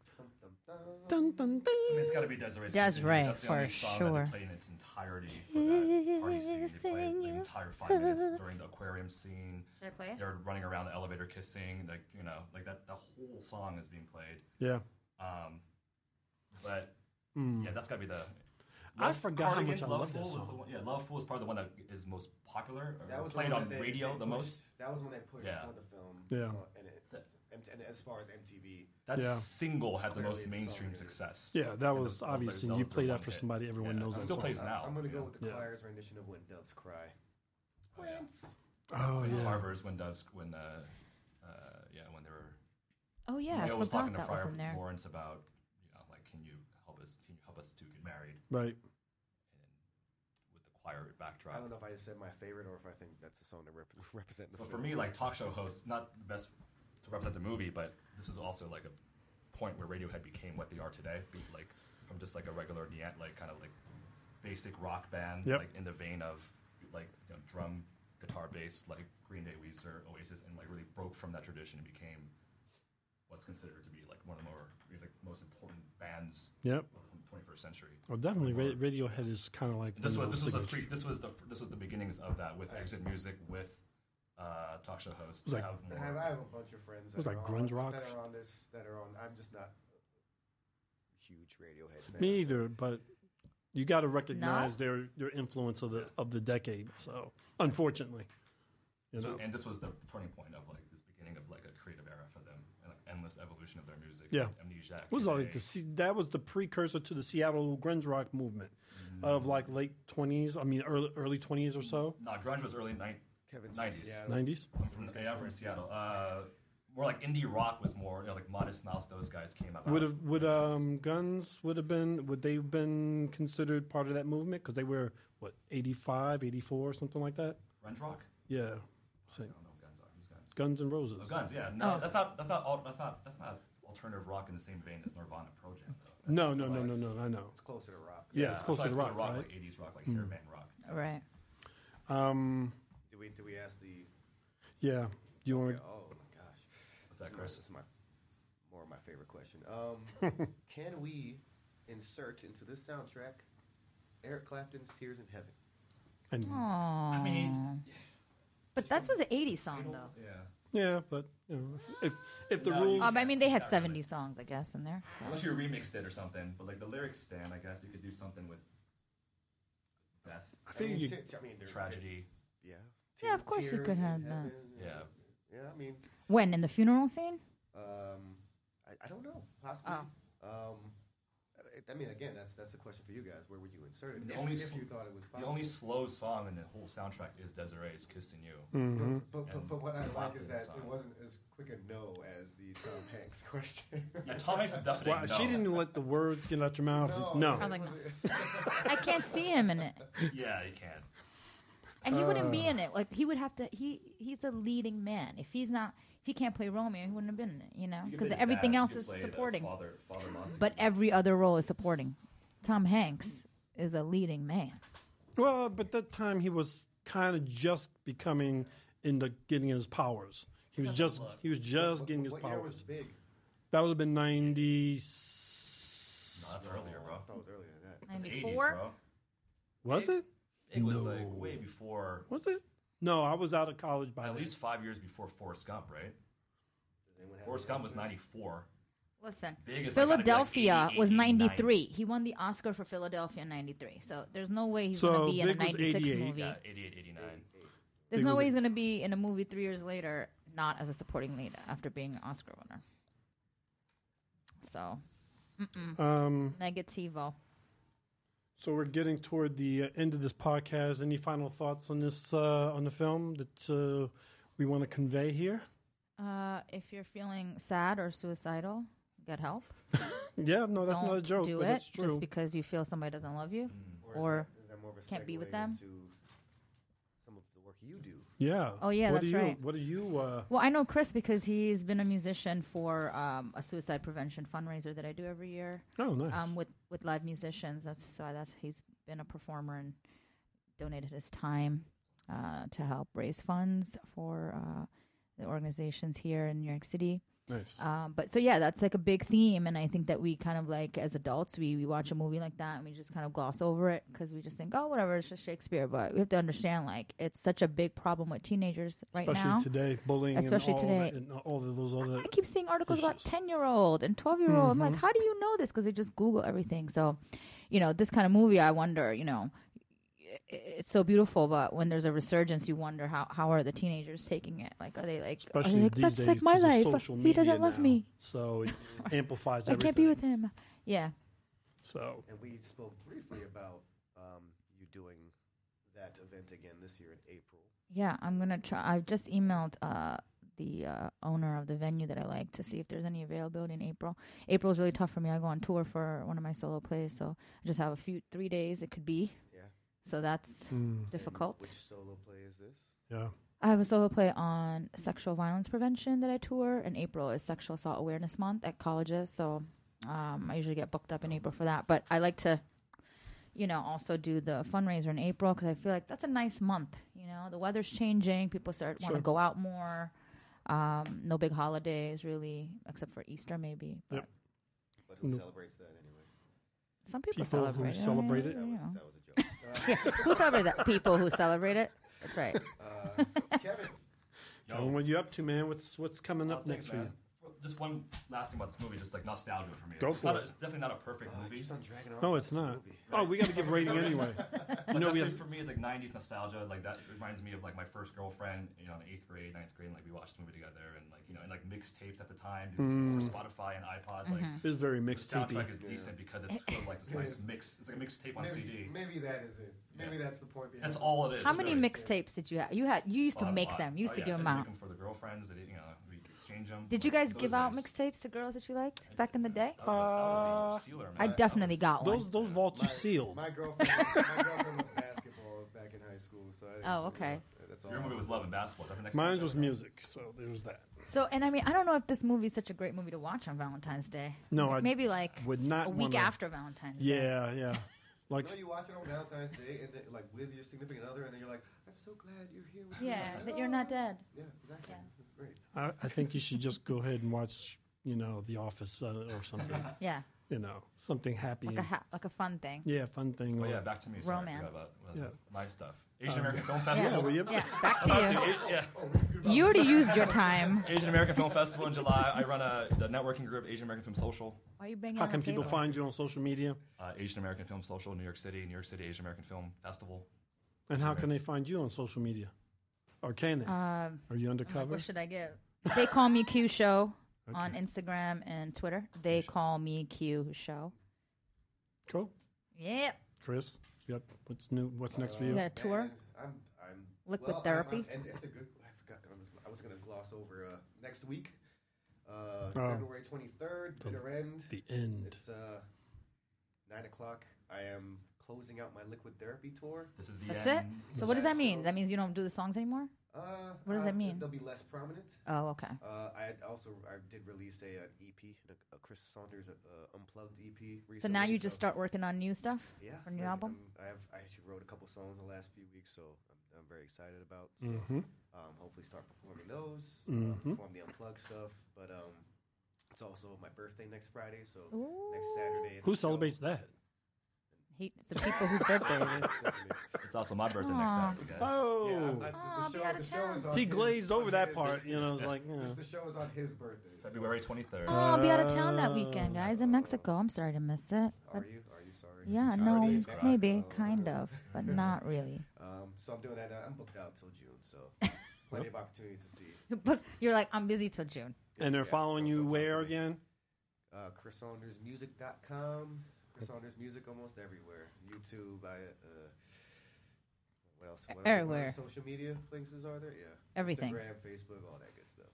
G: Dun, dun, dun.
D: I mean, it's got to be Desiree's
E: That's
D: Kissing You.
E: right,
D: That's the only
E: for
D: song
E: sure.
D: That they play in its entirety for that party scene. They play it the entire five minutes during the aquarium scene.
E: Should I play it?
D: They're running around the elevator kissing, like you know, like that. The whole song is being played.
G: Yeah,
D: Um, but yeah, that's got to be the.
G: Hmm. I forgot how much I
D: Love
G: love that
D: Fool was the
G: song.
D: one, yeah, Love Fool is probably the one that is most popular or
C: That was the
D: played
C: one
D: on
C: that they-
D: radio
C: they
D: the
C: pushed-
D: most.
C: That was when they pushed
D: Yeah.
C: for the film.
G: Yeah.
C: uh, and, it, and, and as far as MTV,
D: That
G: Yeah.
D: single had the
C: Clearly
D: most
C: the song
D: mainstream
C: is-
D: success.
G: yeah, that
D: And the-
G: was
D: that
G: obviously
D: that
G: you
D: was their
G: played
D: one
G: that for
D: hit.
G: somebody. Everyone
D: Yeah,
G: knows
D: it
G: that
D: still
G: song.
D: plays now.
C: I'm gonna
D: you
C: go
D: know.
C: with the
G: Yeah.
C: choir's rendition of "When Doves Cry."
D: Oh, yeah.
G: Oh
D: Like
G: yeah,
D: Harvard's when doves when uh, uh yeah when they were
E: Oh yeah,
D: Neil
E: I
D: was
E: forgot
D: talking to
E: that was
D: Friar
E: in there.
D: Lawrence about you know like can you help us can you help us to get married
G: right.
D: with the choir backdrop.
C: I don't know if I just said my favorite or if I think that's the song to rep- represent the
D: So for
C: film.
D: me, like talk show hosts, not the best to represent the movie, but this is also like a point where Radiohead became what they are today, be, like from just like a regular neon- like kind of like basic rock band,
G: Yep.
D: like in the vein of like you know, drum, guitar, bass, like Green Day, Weezer, Oasis, and like really broke from that tradition and became what's considered to be like one of the more like most important bands
G: Yep.
D: of the 21st century.
G: Well, definitely, Ra- Radiohead is kind of like
D: And this
G: one
D: was
G: of those
D: this was a
G: signature-
D: pre, this was the this was the beginnings of that with exit music with uh, talk show hosts
G: was
D: to
G: like-
D: have
C: I
D: more.
C: have, I have a bunch of friends. That
G: was
C: are on,
G: like grunge rock.
C: that are on this. That are on. I'm just not a huge Radiohead. Fan.
G: Me either, but you got to recognize their their influence of the of the decade. So, unfortunately, you
D: So,
G: know,
D: and this was the turning point of like this beginning of like a creative era for them, and like endless evolution of their music.
G: Yeah.
D: like, amnesia.
G: it was like
D: Green
G: the Se- that was the precursor to the Seattle grunge rock movement of like late twenties. I mean, early early twenties or so,
D: Day. Nah, grunge was early night
C: Kevin's from
D: nineties.
C: Seattle.
G: nineties.
D: I'm from yeah, I'm from Seattle. Uh, more like indie rock was more you know, like Modest Mouse. Those guys came out.
G: Would have would um guns would have been would they have been considered part of that movement because they were what 85, 84, something like that.
D: grunge rock?
G: Yeah, same.
D: I don't know what guns are. Who's guns?
G: Guns and Roses.
D: Oh, guns. Yeah. No, that's not. That's not. All, that's not. That's not alternative rock in the same vein as Nirvana Pro Jam.
G: No,
D: Though.
G: no, no, no, no. I know.
C: It's closer to rock.
G: Yeah, it's
D: That's
G: close
D: why
G: to the rock,
D: called rock
G: right? Hmm.
D: like eighties rock, like hair band rock.
E: Right.
G: Um,
C: Do we? Do we ask the?
G: yeah. You want
C: Oh
G: to
C: my gosh.
D: What's that,
C: This is my-
D: Chris?
C: This is my more of my favorite question. Um, can we insert into this soundtrack Eric Clapton's "Tears in Heaven"?
G: and
D: I mean,
E: But that was an '80s song though.
D: yeah.
G: Yeah, but you know, if if, if the
D: No,
G: rules,
D: you-
E: Um, I mean, they had
D: Not
E: 70
D: really.
E: songs, I guess, in there. so.
D: Unless you remixed it or something, but like the lyrics stand, I guess you could do something with death,
G: I
C: mean,
G: figured you,
C: t- I mean, they're-
D: tragedy.
C: Yeah.
E: Yeah, of course you
C: Tears
E: could
C: in
E: have that.
C: Heaven.
D: Yeah.
C: Yeah, I mean,
E: When in the funeral scene? Oh.
C: um, I, I don't know. Possibly. Um, I mean, again, that's that's a question for you guys. Where would you insert it?
D: The
C: If,
D: only
C: if
D: sl-
C: you thought it was
D: The
C: possible.
D: only slow song in the whole soundtrack is Desiree's "Kissing You."
C: but, but,
D: and
C: but what I like
D: Clapton's
C: is that
D: song.
C: it wasn't as quick a no as the Tom Hanks question.
D: Yeah, Tom Hanks is definitely
G: Well, She didn't let the words get out your mouth.
C: No.
G: No.
H: I was like, no. I can't see him in it.
D: Yeah, you can.
E: and he wouldn't be in it. Like he would have to. He he's a leading man. If he's not, if he can't play Romeo, he wouldn't have been in it. You know,
D: You can
E: because
D: play the
E: everything
D: dad, you
E: else
D: can
E: is
D: play the
E: supporting.
D: Father, Father Montague.
E: But every other role is supporting. Tom Hanks is a leading man.
G: Well, but that time he was kind of just becoming into getting his powers. He was just he was just getting his
C: what year was
G: powers.
C: big?
G: That would have been ninety.
D: no, that's earlier, bro.
C: I thought it was earlier than that.
D: It's 80s,
E: 94?
D: bro.
G: Was it?
D: It was
G: No.
D: like way before,
G: Was it? No, I was out of college by
D: at
G: then.
D: least five years before Forrest Gump, right?
C: Anyone have
D: Forrest
C: any
D: Gump was
C: answer?
D: '94.
E: Listen,
D: Big as I gotta be, like,
E: Philadelphia
D: 80,
E: was
D: 89.
E: 93. He won the Oscar for Philadelphia in 93. So there's no way he's
G: So
E: going to be in a
G: Big was
E: 96
G: 88.
E: movie.
D: Yeah, 88, 89.
E: There's
G: Big
E: no
G: was
E: way
G: a-
E: he's going to be in a movie three years later, not as a supporting lead after being an Oscar winner. So,
G: Um,
E: negativo.
G: so we're getting toward the uh, end of this podcast. Any final thoughts on this uh, on the film that uh, we want to convey here?
E: Uh, if you're feeling sad or suicidal, get help.
G: Yeah, no, that's
E: Don't
G: not a joke,
E: do
G: but
E: it
G: it's true.
E: just because you feel somebody doesn't love you.
C: Or, is
D: Mm.
E: Or
C: that- is that more of a
E: can't be with
C: segue
E: them?
C: into Some of the work you do.
G: yeah.
E: Oh, yeah,
G: what
E: that's
G: do you,
E: right.
G: What do you? Uh,
E: Well, I know Chris because he's been a musician for um, a suicide prevention fundraiser that I do every year.
G: oh, nice.
E: um, with with live musicians. That's so that's he's been a performer and donated his time uh, to help raise funds for uh, the organizations here in New York City.
G: nice.
E: Um, but so yeah, that's like a big theme, and I think that we kind of like as adults we we watch a movie like that and we just kind of gloss over it because we just think oh whatever it's just Shakespeare. But we have to understand like it's such a big problem with teenagers right
G: especially
E: now.
G: today, bullying,
E: Especially
G: and all
E: today.
G: that- and all of those other.
E: I keep seeing articles about
G: issues. Mm-hmm.
E: 10 year old and 12 year old. I'm like, how do you know this? Because they just Google everything. So, you know, this kind of movie, I wonder, you know, i- it's so beautiful, but when there's a resurgence, you wonder how, how are the teenagers taking it? Like, are they like, are they
G: Especially
E: like
G: these
E: that's
G: days,
E: like my
G: 'cause of
E: life.
G: social
E: He
G: media
E: doesn't love
G: now.
E: me.
G: so it amplifies.
E: I
G: Everything.
E: can't be with him. Yeah.
G: So
C: And we spoke briefly about um, you doing that event again this year in April.
E: Yeah. I'm going to try. I've just emailed, uh, the uh, owner of the venue that I like to see if there's any availability in April. April's really tough for me. I go on tour for one of my solo plays, so I just have a few three days. It could be
C: Yeah. And
E: So that's difficult.
C: which solo play is this?
G: mm, yeah,
E: I have a solo play on sexual violence prevention that I tour, and April is Sexual Assault Awareness Month at colleges. So um, I usually get booked up in April for that. But I like to, you know, also do the fundraiser in April because I feel like that's a nice month. You know, the weather's changing, people start want to
G: Sure.
E: go out more. Um, no big holidays really, except for Easter maybe. But
G: Yep.
C: But who
G: No.
C: celebrates that anyway?
E: some people,
G: People who
E: celebrate it.
G: celebrate
E: you
G: it.
C: That was,
E: know.
C: that was a joke.
E: who celebrates it? People who celebrate it. That's right.
C: Uh, Kevin,
D: Yo,
G: Tell 'em what you up to, man? What's what's coming
D: uh,
G: up
D: thanks,
G: next week?
D: man. Just one last thing about this movie, just like nostalgia for me.
G: Go
D: it's
G: for
D: not
G: it.
D: A, it's definitely not a perfect
C: uh,
D: movie.
C: keeps on dragging on
G: No,
C: about
G: it's
C: this
G: not.
C: movie.
G: Oh, we got to give rating anyway.
D: But
G: know, we
D: definitely
G: have-
D: for me, it's like '90s nostalgia. Like that reminds me of like my first girlfriend, you know, in eighth grade, ninth grade, and like we watched this movie together, and like you know, and like mixtapes at the time, before
G: Hmm.
D: Spotify and iPods. Like
E: Mm-hmm.
G: It's very
D: the
G: mixed
D: soundtrack is decent because it's sort of like this nice
C: is.
D: mix. It's like a mixtape on
C: Maybe,
D: CD.
C: maybe that is it. Maybe that's the point. Behind
D: That's
C: this.
D: all it is.
E: How many
D: really.
E: mixtapes did you have? You had you used
D: Well,
E: to
D: I have a
E: make
D: lot.
E: them. You used
D: Oh,
E: to
D: yeah,
E: give them
D: I used
E: out.
D: Make them for the girlfriends. They, you know, we exchange them.
E: Did you guys
D: Those
E: give
D: are
E: out
D: nice.
E: mixtapes to girls that you liked back in the day?
D: That was the- that was the sealer, man.
E: I
D: That
E: definitely
D: was-
E: got one.
G: Those those vaults
C: My-
G: are sealed.
C: My girlfriend, my girlfriend was basketball back in high school, so I didn't
E: Oh,
C: do
E: okay.
C: that. That's all.
D: Your movie was Love and Basketball. Is that the next
G: Mine
D: one?
G: was music, so there was that.
E: so, and I mean, I don't know if this movie is such a great movie to watch on Valentine's Day.
G: No, I
E: maybe like
G: would not
E: a week
G: wanna-
E: after Valentine's Day.
G: Yeah, yeah. Like
C: No, you watch it on Valentine's Day, and then, like with your significant other, and then you're like, "I'm so glad you're here." With
E: yeah,
C: me.
E: that you're not dead.
C: Yeah, exactly. That's great.
G: I, I think you should just go ahead and watch, you know, The Office uh, or something.
E: Yeah,
G: you know, something happy.
E: like a ha- like a fun thing.
G: yeah, fun thing.
D: Oh
G: or-
D: yeah, back to me. Sorry, I forgot
E: Romance.
D: About, well,
G: Yeah.
D: My stuff. Asian American Film
G: yeah,
D: Festival.
G: well, yep.
E: Yeah, back to
D: It- yeah.
E: you. You already used your time.
D: Asian American Film Festival in July. I run a the networking group, Asian American Film Social.
E: Why are you banging
G: How
E: on the
G: can people
E: table?
G: find you on social media?
D: Uh, Asian American Film Social, New York City, New York City Asian American Film Festival.
G: And how can they find you on social media? Or can they? Are you
E: Um, Like,
G: undercover?
E: what should Uh, I give? They call me Q Show on Instagram and Twitter. They call me Q Show.
G: Cool.
H: Yep.
G: Chris, yep. What's new? What's next for
H: You
G: you?
H: got a tour?
C: And Uh, I'm, I'm
H: Liquid
C: well, I'm-
H: therapy?
C: I'm- and that's a good. I forgot. I was, I was going to gloss over uh, next week, uh,
G: Oh.
C: February 23rd, bitter end.
G: The end.
C: It's uh, nine o'clock. I am closing out my liquid therapy tour.
D: This is the
H: That's it?
D: end.
H: So what does that mean?
C: Nashville.
H: That means you don't do the songs anymore?
C: Uh,
H: What does
C: uh,
H: that mean?
C: They'll be less prominent.
H: Oh, okay.
C: Uh, I had also I did release a, an EP, a, a Chris Saunders uh, unplugged EP. Recently,
H: So now you just start working on new stuff?
C: yeah,
H: for a new
C: I'm-
H: album?
C: I'm- i have I actually wrote a couple songs in the last few weeks, so I'm, I'm very excited about. So,
G: Mhm.
C: um, hopefully, start performing those.
G: Mhm.
C: Uh, perform the unplugged stuff, but um, it's also my birthday next Friday, so
H: Ooh.
C: next Saturday. at the
G: Who
C: show-
G: celebrates that?
H: Hate the people whose birthday it is.
C: That's me.
D: It's also my birthday next
H: Aw.
D: Saturday, guys.
G: Oh,
C: Yeah, I'm- I-
H: Aw, I'll be
C: the show,
H: out
C: the
H: of
C: show is on
G: he
C: his-
G: glazed
C: on
G: over that
C: his-
G: part. You know, I was like, you know.
C: Just the show is on his birthday. so-
D: February 23rd.
E: Oh, I'll be out of town that weekend, guys. In Mexico. I'm sorry to miss it.
C: Uh,
E: But
C: Are you? Are you sorry?
E: yeah,
D: It's
E: no,
D: already
C: Next
D: Mexico.
E: maybe,
C: Mexico.
E: kind of, but not really.
C: Um, so I'm doing that. Now. I'm booked out till June, so plenty of opportunities to see.
H: But you're like, I'm busy till June.
G: And they're
C: Yeah,
G: following
C: don't-
G: you
C: don't talk to
G: where
C: me.
G: again?
C: Uh, ChrisSaundersMusic.com. Chris Saunders Music almost everywhere. YouTube. I, uh, what else? What other- what other
H: Everywhere.
C: social media places are there? Yeah.
H: Everything.
C: Instagram, Facebook, all that good stuff.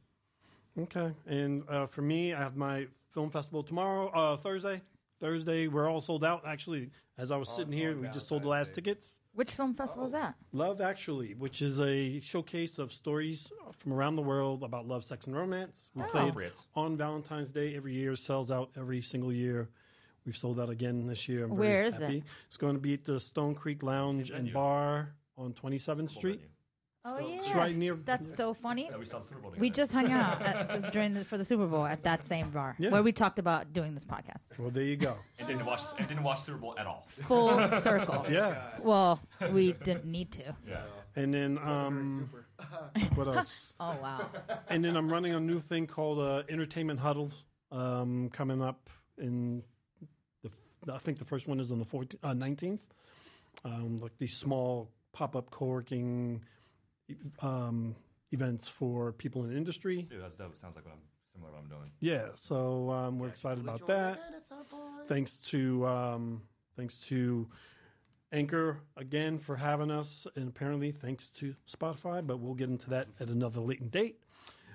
G: Okay. And uh, for me, I have my film festival tomorrow, uh, Thursday. Thursday, we're all sold out. Actually, as I was
C: On-
G: sitting here,
C: on
G: we just sold the
C: Valentine's
G: last
C: Day.
G: tickets.
E: Which film festival is
C: Oh.
E: that?
G: Love Actually, which is a showcase of stories from around the world about love, sex, and romance. We played
D: Appropriate.
G: on Valentine's Day every year, sells out every single year. We've sold out again this year. I'm very
H: Where is it?
G: happy. It's going to be at the Stone Creek Lounge and
D: venue.
G: Bar on 27th
D: Full
G: Street.
D: venue.
H: Oh,
C: Still-
H: yeah.
G: It's right near.
H: That's so funny.
D: Yeah, we saw the Super Bowl
H: We
D: together.
H: just hung out at the, during the, for the Super Bowl at that same bar
G: Yeah.
H: where we talked about doing this podcast.
G: well, there you go.
D: and didn't watch and didn't watch Super Bowl at all.
H: Full circle.
G: Yeah.
H: Well, we didn't need to.
D: Yeah.
G: And then
C: Very
G: um,
C: super.
G: what else?
H: Oh wow.
G: and then I'm running a new thing called uh, Entertainment Huddle um, coming up in the I think the first one is on the 14th, uh, 19th. Um, like these small pop up co working um, events for people in industry.
D: Dude, that's dope. Sounds like what I'm similar to what I'm doing.
G: Yeah, so um, we're excited about that. Thanks to um, thanks to Anchor again for having us, and apparently thanks to Spotify. But we'll get into that at another latent date.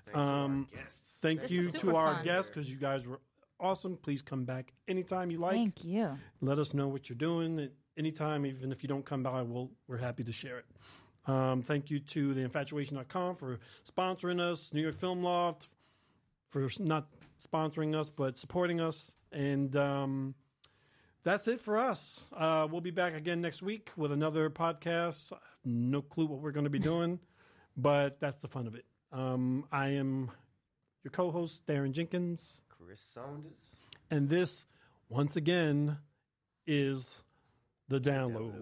C: Thanks to our
G: um,
C: guests.
G: Thank
H: This
G: you
H: was
G: to
H: super
G: our
H: fun.
G: guests because you guys were awesome. Please come back anytime you like.
E: Thank you.
G: Let us know what you're doing at anytime, even if you don't come by. We'll we're happy to share it. Um, thank you to theinfatuation.com for sponsoring us, New York Film Loft for s- not sponsoring us but supporting us, and um, that's it for us. Uh, we'll be back again next week with another podcast. I have no clue what we're going to be doing, but that's the fun of it. Um, I am your co-host Darren Jenkins.
C: Chris Saunders.
G: And this, once again, is the download.